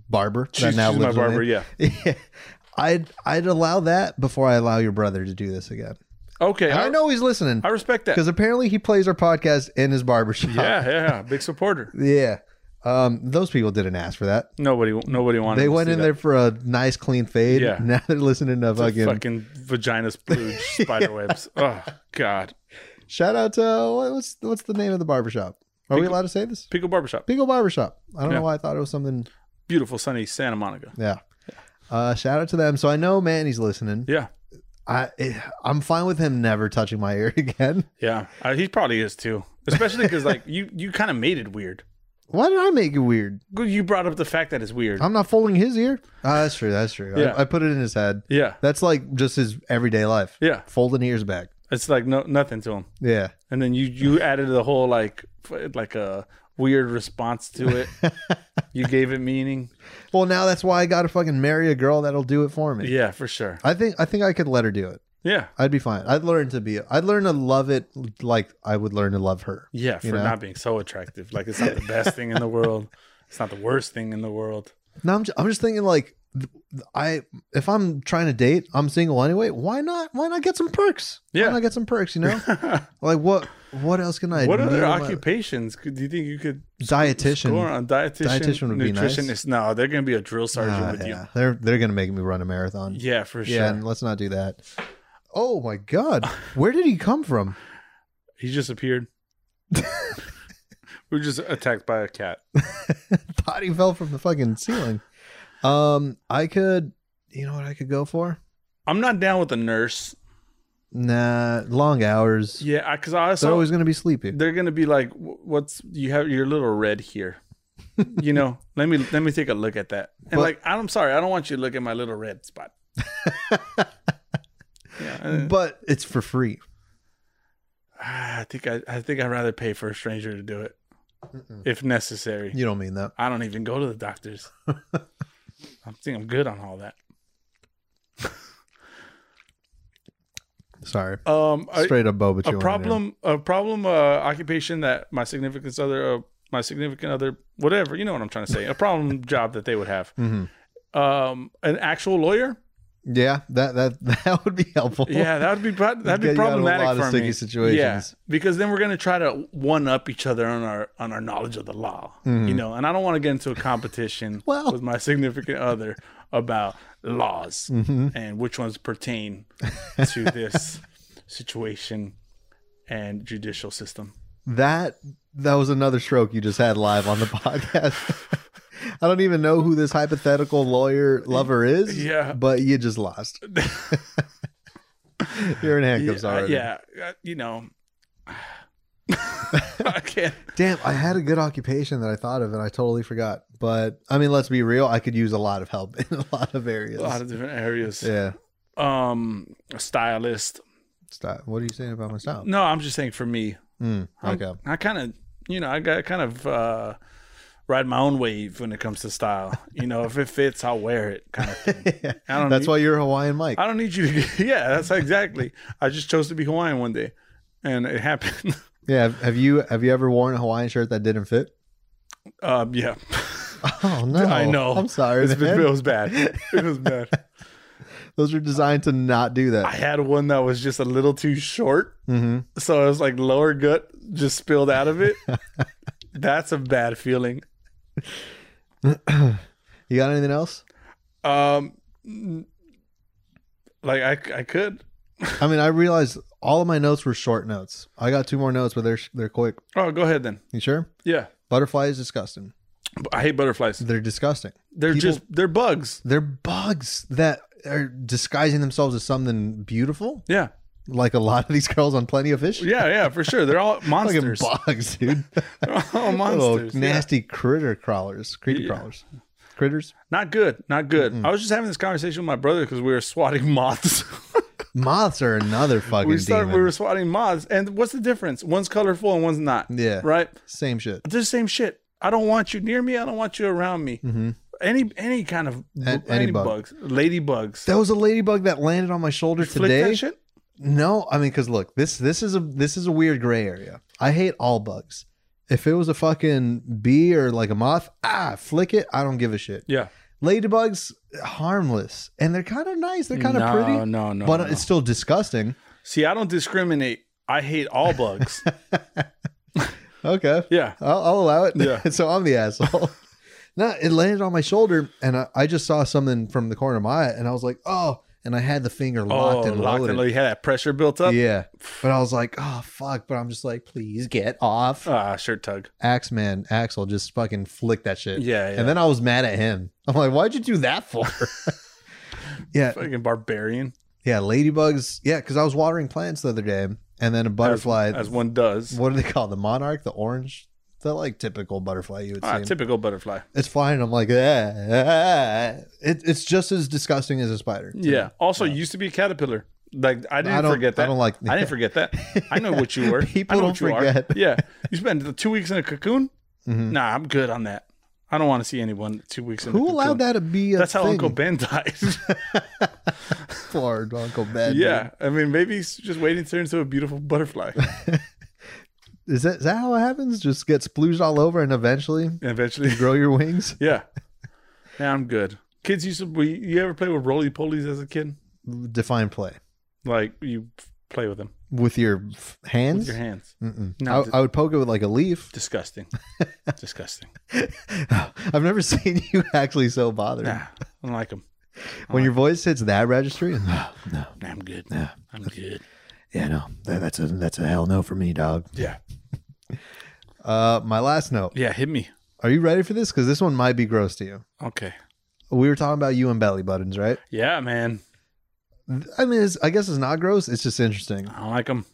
A: barber that
C: She's,
A: now
C: she's my
A: lives with me.
C: barber, yeah.
A: Yeah. I'd I'd allow that before I allow your brother to do this again.
C: Okay.
A: And I know he's listening
C: I respect that.
A: because apparently he plays our podcast in his barbershop.
C: Yeah, yeah, yeah. Big supporter.
A: Yeah. Um, those people didn't ask for that.
C: Nobody nobody wanted
A: They
C: to
A: went
C: see
A: in
C: that.
A: there for a nice clean fade.
C: Yeah.
A: Now they're listening to
C: fucking,
A: fucking
C: vagina splooge spider webs. Oh god.
A: shout out to what- what's what's the name of the barbershop? Are we
C: Pickle-
A: allowed to say this?
C: Pico Barbershop.
A: Pico Barbershop. I don't
C: Yeah.
A: know why I thought it was something
C: Beautiful sunny Santa Monica.
A: yeah. Uh, shout out to them. So I know Manny's listening.
C: Yeah.
A: I it, I'm fine with him never touching my ear again.
C: Yeah. Uh, he probably is too. Especially cuz like you you kind of made it weird.
A: Why did I make it weird?
C: Good, You brought up the fact that it's weird.
A: I'm not folding his ear. Ah, that's true. That's true.
C: Yeah.
A: I, I put it in his head.
C: yeah.
A: That's like just his everyday life.
C: Yeah.
A: Folding ears back.
C: It's like no nothing to him.
A: Yeah.
C: And then you you added the whole like f- like a weird response to it. you gave it meaning.
A: Well, now that's why I got to fucking marry a girl that'll do it for me.
C: Yeah, for sure.
A: I think I think I could let her do it.
C: Yeah.
A: I'd be fine. I'd learn to be. I'd learn to love it like I would learn to love her.
C: Yeah, for
A: know?
C: not being so attractive. Like it's not the best thing in the world. It's not the worst thing in the world.
A: No, I'm just, I'm just thinking like th- I if I'm trying to date, I'm single anyway. Why not? Why not get some perks?
C: Yeah.
A: Why not get some perks? You know, like what what else can I?
C: what
A: need in
C: other
A: my-
C: occupations could, do you think you could
A: dietitian?
C: score on? Dietitian,
A: Dietitian would be nice.
C: nutritionist. No, they're going to be a drill sergeant
A: Ah,
C: with
A: yeah. They're they're gonna make me run a marathon.
C: you. Yeah, for
A: Yeah,
C: sure.
A: and let's not do that. Oh my god. Where did he come from?
C: He just appeared. we were just attacked by a cat.
A: Thought he fell from the fucking ceiling. Um I could you know what I could go for?
C: I'm not down with a nurse.
A: Nah, long hours.
C: Yeah, because I
A: They're
C: also
A: always gonna be sleepy.
C: they're gonna be like, "Wh- "What's you have your little red here?" you know, let me let me take a look at that. And
A: But-
C: like, I'm sorry, I don't want you to look at my little red spot. yeah, and-
A: But it's for free.
C: ah, I think I I think I'd rather pay for a stranger to do it if necessary.
A: You don't mean that.
C: I don't even go to the doctors. I think I'm good on all that.
A: Sorry.
C: Um, I-
A: Straight up boba
C: a
A: chewing.
C: problem a problem uh, occupation that my significant other uh, my significant other whatever you know what i'm trying to say a problem job that they would have
A: Mhm.
C: um an actual lawyer
A: Yeah, that that that would be helpful.
C: yeah that would be pro- that'd
A: Get
C: be
A: Oh. you out of a
C: problematic
A: lot of
C: for
A: sticky
C: me
A: situations.
C: yeah because then we're going to try to one up each other on our on our knowledge of the law you know and i don't want to get into a competition
A: Mm-hmm. Well.
C: with my significant other about laws
A: Mm-hmm.
C: and which ones pertain to this situation and judicial system
A: That that was another stroke you just had live on the podcast. I don't even know who this hypothetical lawyer lover is.
C: Yeah.
A: but you just lost. You're in handcuffs
C: yeah, uh,
A: already.
C: yeah, uh, you know. I can't.
A: Damn, I had a good occupation that I thought of and I totally forgot. But I mean, let's be real. I could use a lot of help in a lot of areas.
C: A lot of different areas.
A: yeah.
C: Um, a stylist.
A: Stop. What are you saying about my style?
C: No, I'm just saying for me,
A: Mm,
C: I'm-
A: okay.
C: I kind of, you know, I got kind of uh, ride my own wave when it comes to style. You know, if it fits, I'll wear it, kind of thing. I don't.
A: That's
C: need,
A: why you're Hawaiian Mike.
C: I don't need you to. Get, yeah, that's exactly. I just chose to be Hawaiian one day, and it happened.
A: Yeah. have- Have you have you ever worn a Hawaiian shirt that didn't fit?
C: um, yeah,
A: Oh no.
C: I know.
A: I'm sorry.
C: It's been-
A: man.
C: it was bad. It was bad.
A: Those are designed to not do
C: I
A: that.
C: had one that was just a little too short.
A: Mm-hmm.
C: So it was like lower gut just spilled out of it. That's a bad feeling.
A: You got anything else?
C: Um, n- like I, I could.
A: I mean, I realized all of my notes were short notes. I got two more notes, but they're they're quick.
C: Oh, go ahead then.
A: You sure?
C: Yeah,
A: Butterfly is disgusting.
C: B- I hate butterflies.
A: They're disgusting.
C: They're
A: people-
C: just they're bugs.
A: They're bugs that are disguising themselves as something beautiful,
C: Yeah,
A: like a lot of these girls on Plenty of Fish.
C: yeah, yeah, for sure. They're all
A: Fucking
C: monsters.
A: bugs, dude.
C: They're all
A: Little
C: monsters. yeah.
A: nasty critter crawlers, creepy
C: Yeah.
A: crawlers, critters,
C: Not good. Not good. I was just having this conversation with my brother because we were swatting moths.
A: moths are another fucking
C: we started.
A: demon.
C: We were swatting moths, and what's the difference? One's colorful and one's not.
A: Yeah.
C: Right.
A: Same shit.
C: They're the same shit. I don't want you near me. I don't want you around me.
A: Mm-hmm.
C: Any any kind of
A: An-
C: any,
A: any bug.
C: bugs, ladybugs.
A: That was a ladybug that landed on my shoulder
C: You flick that
A: today.
C: shit?
A: No, I mean, because look, this this is a this is a weird gray area. I hate all bugs. If it was a fucking bee or like a moth, ah, flick it. I don't give a shit.
C: Yeah.
A: Ladybugs harmless, and they're kind of nice. They're kind of
C: no,
A: pretty,
C: No, no,
A: but
C: no.
A: it's still disgusting.
C: See, I don't discriminate. I hate all bugs.
A: Okay,
C: yeah.
A: I'll, I'll allow it.
C: Yeah.
A: so I'm the asshole. no, it landed on my shoulder, and I, I just saw something from the corner of my eye, and I was like, oh, and I had the finger locked
C: oh,
A: and
C: locked and
A: loaded.
C: loaded. You had that pressure built up.
A: Yeah, but I was like, oh fuck. But I'm just like, please get off.
C: Ah, shirt tug.
A: Axeman Axel just fucking flicked that shit.
C: Yeah, yeah.
A: And then I was mad at him. I'm like, why'd you do that for? yeah.
C: Fucking barbarian,
A: Yeah. Ladybugs. Yeah. Cause I was watering plants the other day and then a butterfly.
C: as one does.
A: what do they call it? The monarch, the orange, the like typical butterfly you would
C: Ah,
A: see.
C: typical butterfly.
A: it's flying. I'm like, ah, ah." It, it's just as disgusting as a spider. to me.
C: Yeah. Also, used to be a caterpillar. Like I didn't
A: I don't
C: forget that.
A: I don't like
C: I didn't forget that. I know what you were.
A: People
C: I know
A: don't
C: what you
A: forget.
C: Are. Yeah. You spend two weeks in a cocoon?
A: Mhm.
C: Nah, I'm good on that. I don't want to see anyone two weeks in a
A: Who
C: cocoon.
A: allowed that to be a
C: That's how
A: thing?
C: Uncle Ben dies.
A: Lord, Uncle Ben. dude.
C: yeah. I mean, maybe he's just waiting to turn into a beautiful butterfly.
A: Is that, is that how it happens? Just get splooged all over and eventually
C: And eventually.
A: grow your wings?
C: Yeah. Yeah, I'm good. Kids used to, we, you ever play with roly polies as a kid?
A: Define play
C: Like you f- play with them
A: with your f- hands.
C: with your hands.
A: Mm-mm.
C: No,
A: I,
C: d-
A: I would poke it with like a leaf.
C: Disgusting. Disgusting.
A: I've never seen you actually so bothered.
C: Nah, I don't like them.
A: When your voice hits that registry, no, no,
C: Nah, I'm good.
A: Yeah.
C: I'm good.
A: yeah, no, that, that's a that's a hell no for me, dog.
C: Yeah.
A: Uh, my last note.
C: Yeah, hit me.
A: Are you ready for this? Because this one might be gross to you.
C: Okay.
A: We were talking about you and belly buttons, right?
C: Yeah, man.
A: I mean, it's, I guess it's not gross. It's just interesting.
C: I don't like them.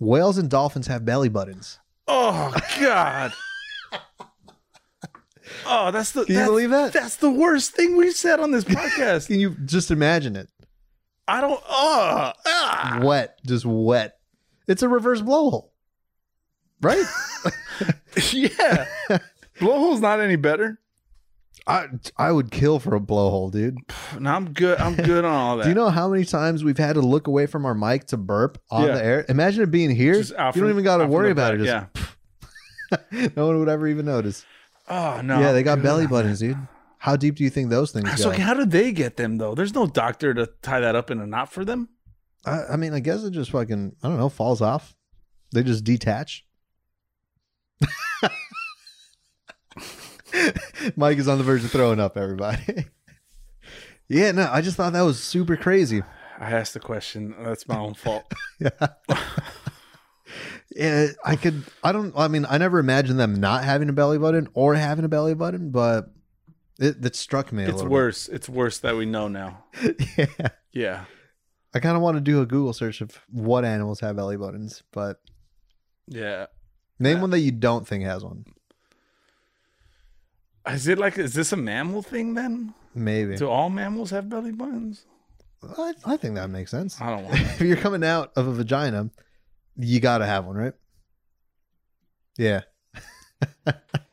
A: Whales and dolphins have belly buttons.
C: Oh God. oh, that's the
A: Can you
C: that's,
A: believe that?
C: that's the worst thing we've said on this podcast.
A: Can you just imagine it?
C: I don't. Oh, ah.
A: wet, just wet. It's a reverse blowhole, right?
C: yeah. Blowhole's not any better.
A: I I would kill for a blowhole, dude.
C: No, I'm good. I'm good on all that.
A: Do you know how many times we've had to look away from our mic to burp on
C: Yeah.
A: the air? Imagine it being here.
C: Just out
A: you
C: from-
A: don't even got to
C: out from
A: worry
C: the
A: about
C: back,
A: it. Just, No one would ever even notice.
C: yeah. Oh no.
A: yeah, they
C: I'm
A: got
C: good
A: belly
C: on
A: buttons, dude. How deep do you think those things
C: that.
A: go?
C: So how do they get them though? There's no doctor to tie that up in a knot for them.
A: I, I mean, I guess it just fucking I don't know falls off. They just detach. Mike is on the verge of throwing up. Everybody. yeah, no, I just thought that was super crazy.
C: I asked the question. That's my own fault.
A: Yeah, Eh, I could. I don't. I mean, I never imagined them not having a belly button or having a belly button, but it that struck me. A
C: it's
A: little
C: worse. It's worse that we know now.
A: Bit. yeah,
C: Yeah.
A: I kind of want to do a Google search of what animals have belly buttons, but
C: Yeah.
A: name
C: Yeah.
A: one that you don't think has one.
C: Is it like is this a mammal thing then?
A: Maybe.
C: Do all mammals have belly buttons?
A: I, I think that makes sense.
C: I don't want.
A: if you're coming out of a vagina, you gotta have one, right? Yeah.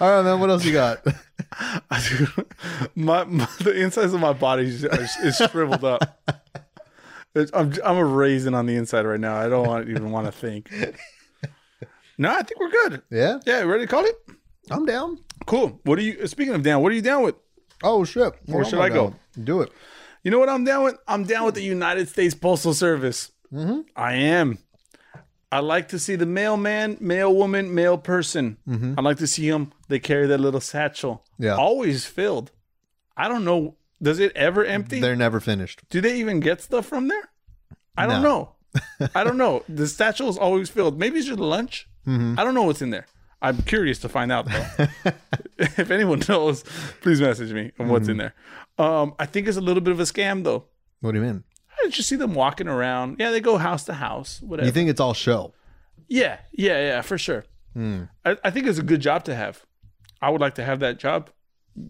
A: All right, man. What else you got?
C: my, my the insides of my body is, is shriveled up. It's- I'm I'm a raisin on the inside right now. I don't want, even want to think. No, I think we're good.
A: Yeah,
C: Yeah, ready to call it?
A: I'm down.
C: Cool. What are you? Speaking of down, what are you down with?
A: Oh shit.
C: Where
A: Well,
C: should
A: I'm
C: I go?
A: down. Do it.
C: You know what I'm down with? I'm down with the United States Postal Service.
A: Mhm.
C: I am. I like to see the mailman, mail woman, mail person. I like to see them. They carry that little satchel.
A: Yeah.
C: Always filled. I don't know. Does it ever empty?
A: They're never finished.
C: Do they even get stuff from there? I don't know. I don't know. The satchel is always filled. Maybe it's just lunch. I don't know what's in there. I'm curious to find out though. if anyone knows, please message me on what's in there. Um, I think it's a little bit of a scam though.
A: What do you mean?
C: I just see them walking around. Yeah, they go house to house, whatever.
A: You think it's all show?
C: yeah, yeah, yeah, for sure.
A: Hmm.
C: I, I think it's a good job to have. I would like to have that job.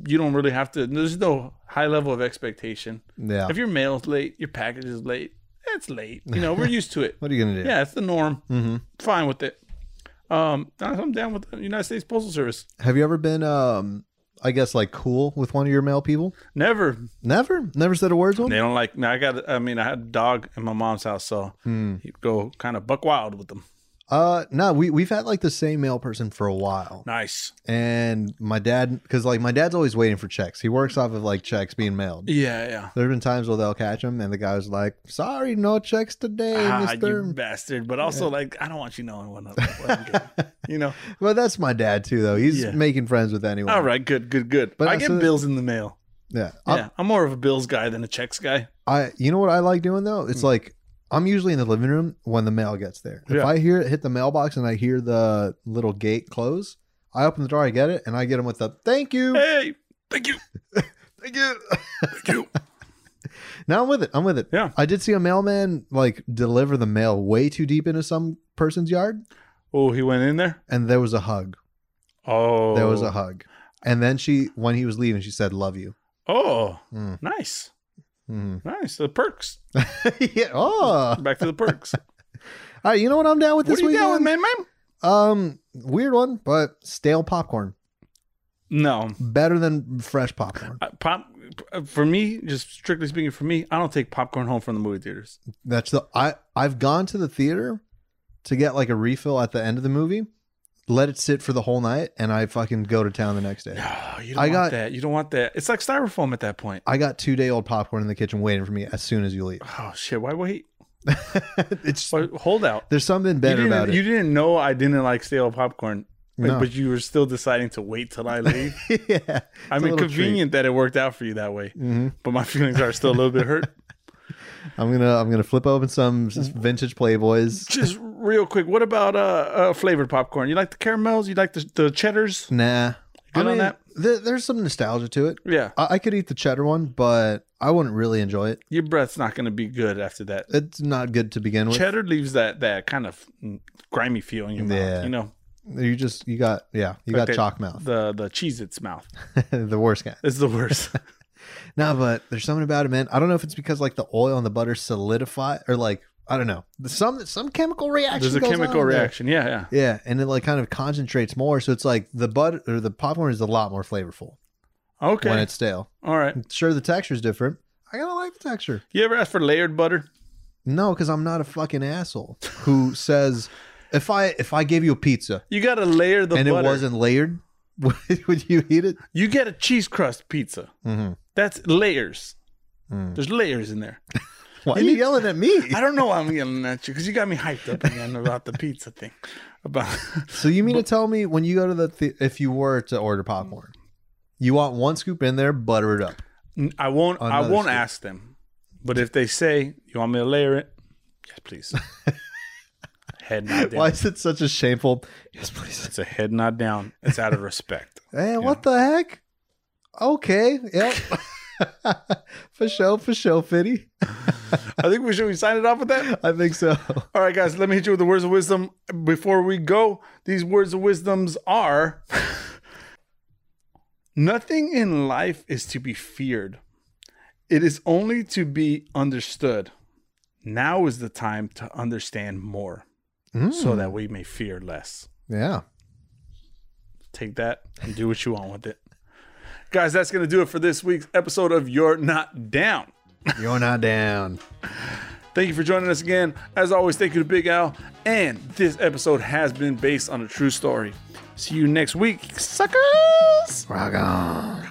C: You don't really have to. There's no high level of expectation.
A: Yeah.
C: If your mail's late, your package is late. It's late. You know, we're used to it.
A: What are you gonna do?
C: Yeah, it's the norm. Mm-hmm. Fine with it. Um, I'm down with the United States Postal Service.
A: Have you ever been, um, I guess, like cool with one of your male people?
C: Never.
A: Never, never said a word to him.
C: They don't like. I got. I mean, I had a dog in my mom's house, so
A: Hmm.
C: you go kind of buck wild with them.
A: Uh, no, we we've had like the same mail person for a while,
C: Nice.
A: and my dad, because like my dad's always waiting for checks. He works off of like checks being mailed.
C: Yeah, yeah.
A: There have been times where they'll catch him, and the guy was like, "Sorry, no checks today,
C: ah,
A: Mister."
C: you bastard! But also, like, I don't want you knowing what, I'm- what I'm getting. you know.
A: Well, that's my dad too, though. He's
C: Yeah.
A: making friends with anyone.
C: All right, good, good, good.
A: But
C: I
A: that's
C: get
A: a-
C: bills in the mail.
A: Yeah. I'm-
C: Yeah, I'm more of a bills guy than a checks guy.
A: I. You know what I like doing though? It's like I'm usually in the living room when the mail gets there. If
C: Hmm. Yeah.
A: I hear it hit the mailbox and I hear the little gate close, I open the door, I get it, and I get him with the "Thank you,
C: Hey, thank you,
A: thank you."
C: thank you.
A: No, I'm with it. I'm with it.
C: Yeah.
A: I did see a mailman like deliver the mail way too deep into some person's yard,
C: oh, he went in there.
A: and there was a hug.
C: Oh,
A: There was a hug. And then she, when he was leaving, she said, "Love you."
C: Oh,
A: Mm.
C: nice,
A: Mhm.
C: nice. The perks.
A: yeah. Oh. All
C: Back to the perks.
A: right. You know what I'm down with
C: what
A: this
C: are you down with,
A: weekend?
C: man, man?
A: Um, weird one, but stale popcorn
C: No,
A: better than fresh popcorn.
C: I, pop. uh, For me, just strictly speaking, for me, I don't take popcorn home from the movie theaters.
A: That's the I. I've gone to the theater to get like a refill at the end of the movie. Let it sit for the whole night, and I fucking go to town the next day.
C: No, you don't
A: I
C: want
A: got-
C: that. You don't want that. It's like styrofoam at that point.
A: I got two day old popcorn in the kitchen waiting for me as soon as you leave.
C: Oh shit! Why wait?
A: it's
C: Why, hold out.
A: there's something
C: You
A: better
C: didn't-
A: about
C: You
A: it.
C: didn't know I didn't like stale popcorn, like,
A: No.
C: but you were still deciding to wait till I leave.
A: yeah,
C: I
A: It's a
C: mean,
A: little
C: convenient that it worked out for you that way,
A: Mhm.
C: but my feelings are still a little bit hurt.
A: I'm gonna I'm gonna flip open some s- vintage Playboys.
C: Just real quick, what about uh, uh flavored popcorn? You like the caramels? You like the, the cheddars?
A: Nah, I
C: Good on
A: mean
C: that?
A: th- there's some nostalgia to it.
C: Yeah,
A: I-, I could eat the cheddar one, but I wouldn't really enjoy it.
C: your breath's not going to be good after that.
A: It's not good to begin with.
C: Cheddar leaves that that kind of mm, grimy feel in your mouth.
A: Yeah.
C: You know
A: you just you got yeah you got
C: that-
A: chalk mouth,
C: the the cheese its mouth.
A: the worst kind.
C: It's the worst.
A: No, but there's something about it, man. I don't know if it's because like the oil and the butter solidify or like I don't know some some chemical reaction.
C: There's a
A: goes
C: chemical
A: on there.
C: reaction. Yeah, yeah.
A: Yeah, and it like kind of concentrates more, so it's like the butter or the popcorn is a lot more flavorful when
C: Okay.
A: it's stale.
C: All right.
A: Sure, the texture's different. I kind of like the texture.
C: You ever ask for layered butter?
A: No, because I'm not a fucking asshole who says if I if I gave you a pizza
C: You got to layer the
A: and
C: butter.
A: it wasn't layered, would, would you eat it?
C: You get a cheese crust pizza.
A: Mm-hmm.
C: That's layers.
A: Mm.
C: There's layers in there.
A: Why are
C: You
A: you
C: need-
A: yelling at me?
C: I don't know why I'm yelling at you because you got me hyped up again about the pizza thing. About
A: So you mean to tell me when you go to the th- if you were to order popcorn, you want one scoop in there, butter it up.
C: I won't. I
A: Another
C: won't
A: scoop.
C: ask them. But if they say you want me to layer it, yes, please. head nod down.
A: Why is it such a shameful? Yes, please.
C: It's a head nod down. It's out of respect.
A: Hey, what the heck? Okay, yep. for sure, for sure, Fitty.
C: I think we should we sign it off with that.
A: I think so.
C: All right, guys. Let me hit you with the words of wisdom before we go. These words of wisdoms are: nothing in life is to be feared. It is only to be understood. Now is the time to understand more so that we may fear less.
A: Yeah.
C: Take that and do what you want with it. Guys, that's going to do it for this week's episode of You're Not Down.
A: You're not down.
C: Thank you for joining us again. As always, thank you to Big Al. And this episode has been based on a true story. See you next week, suckers!
A: Rock on.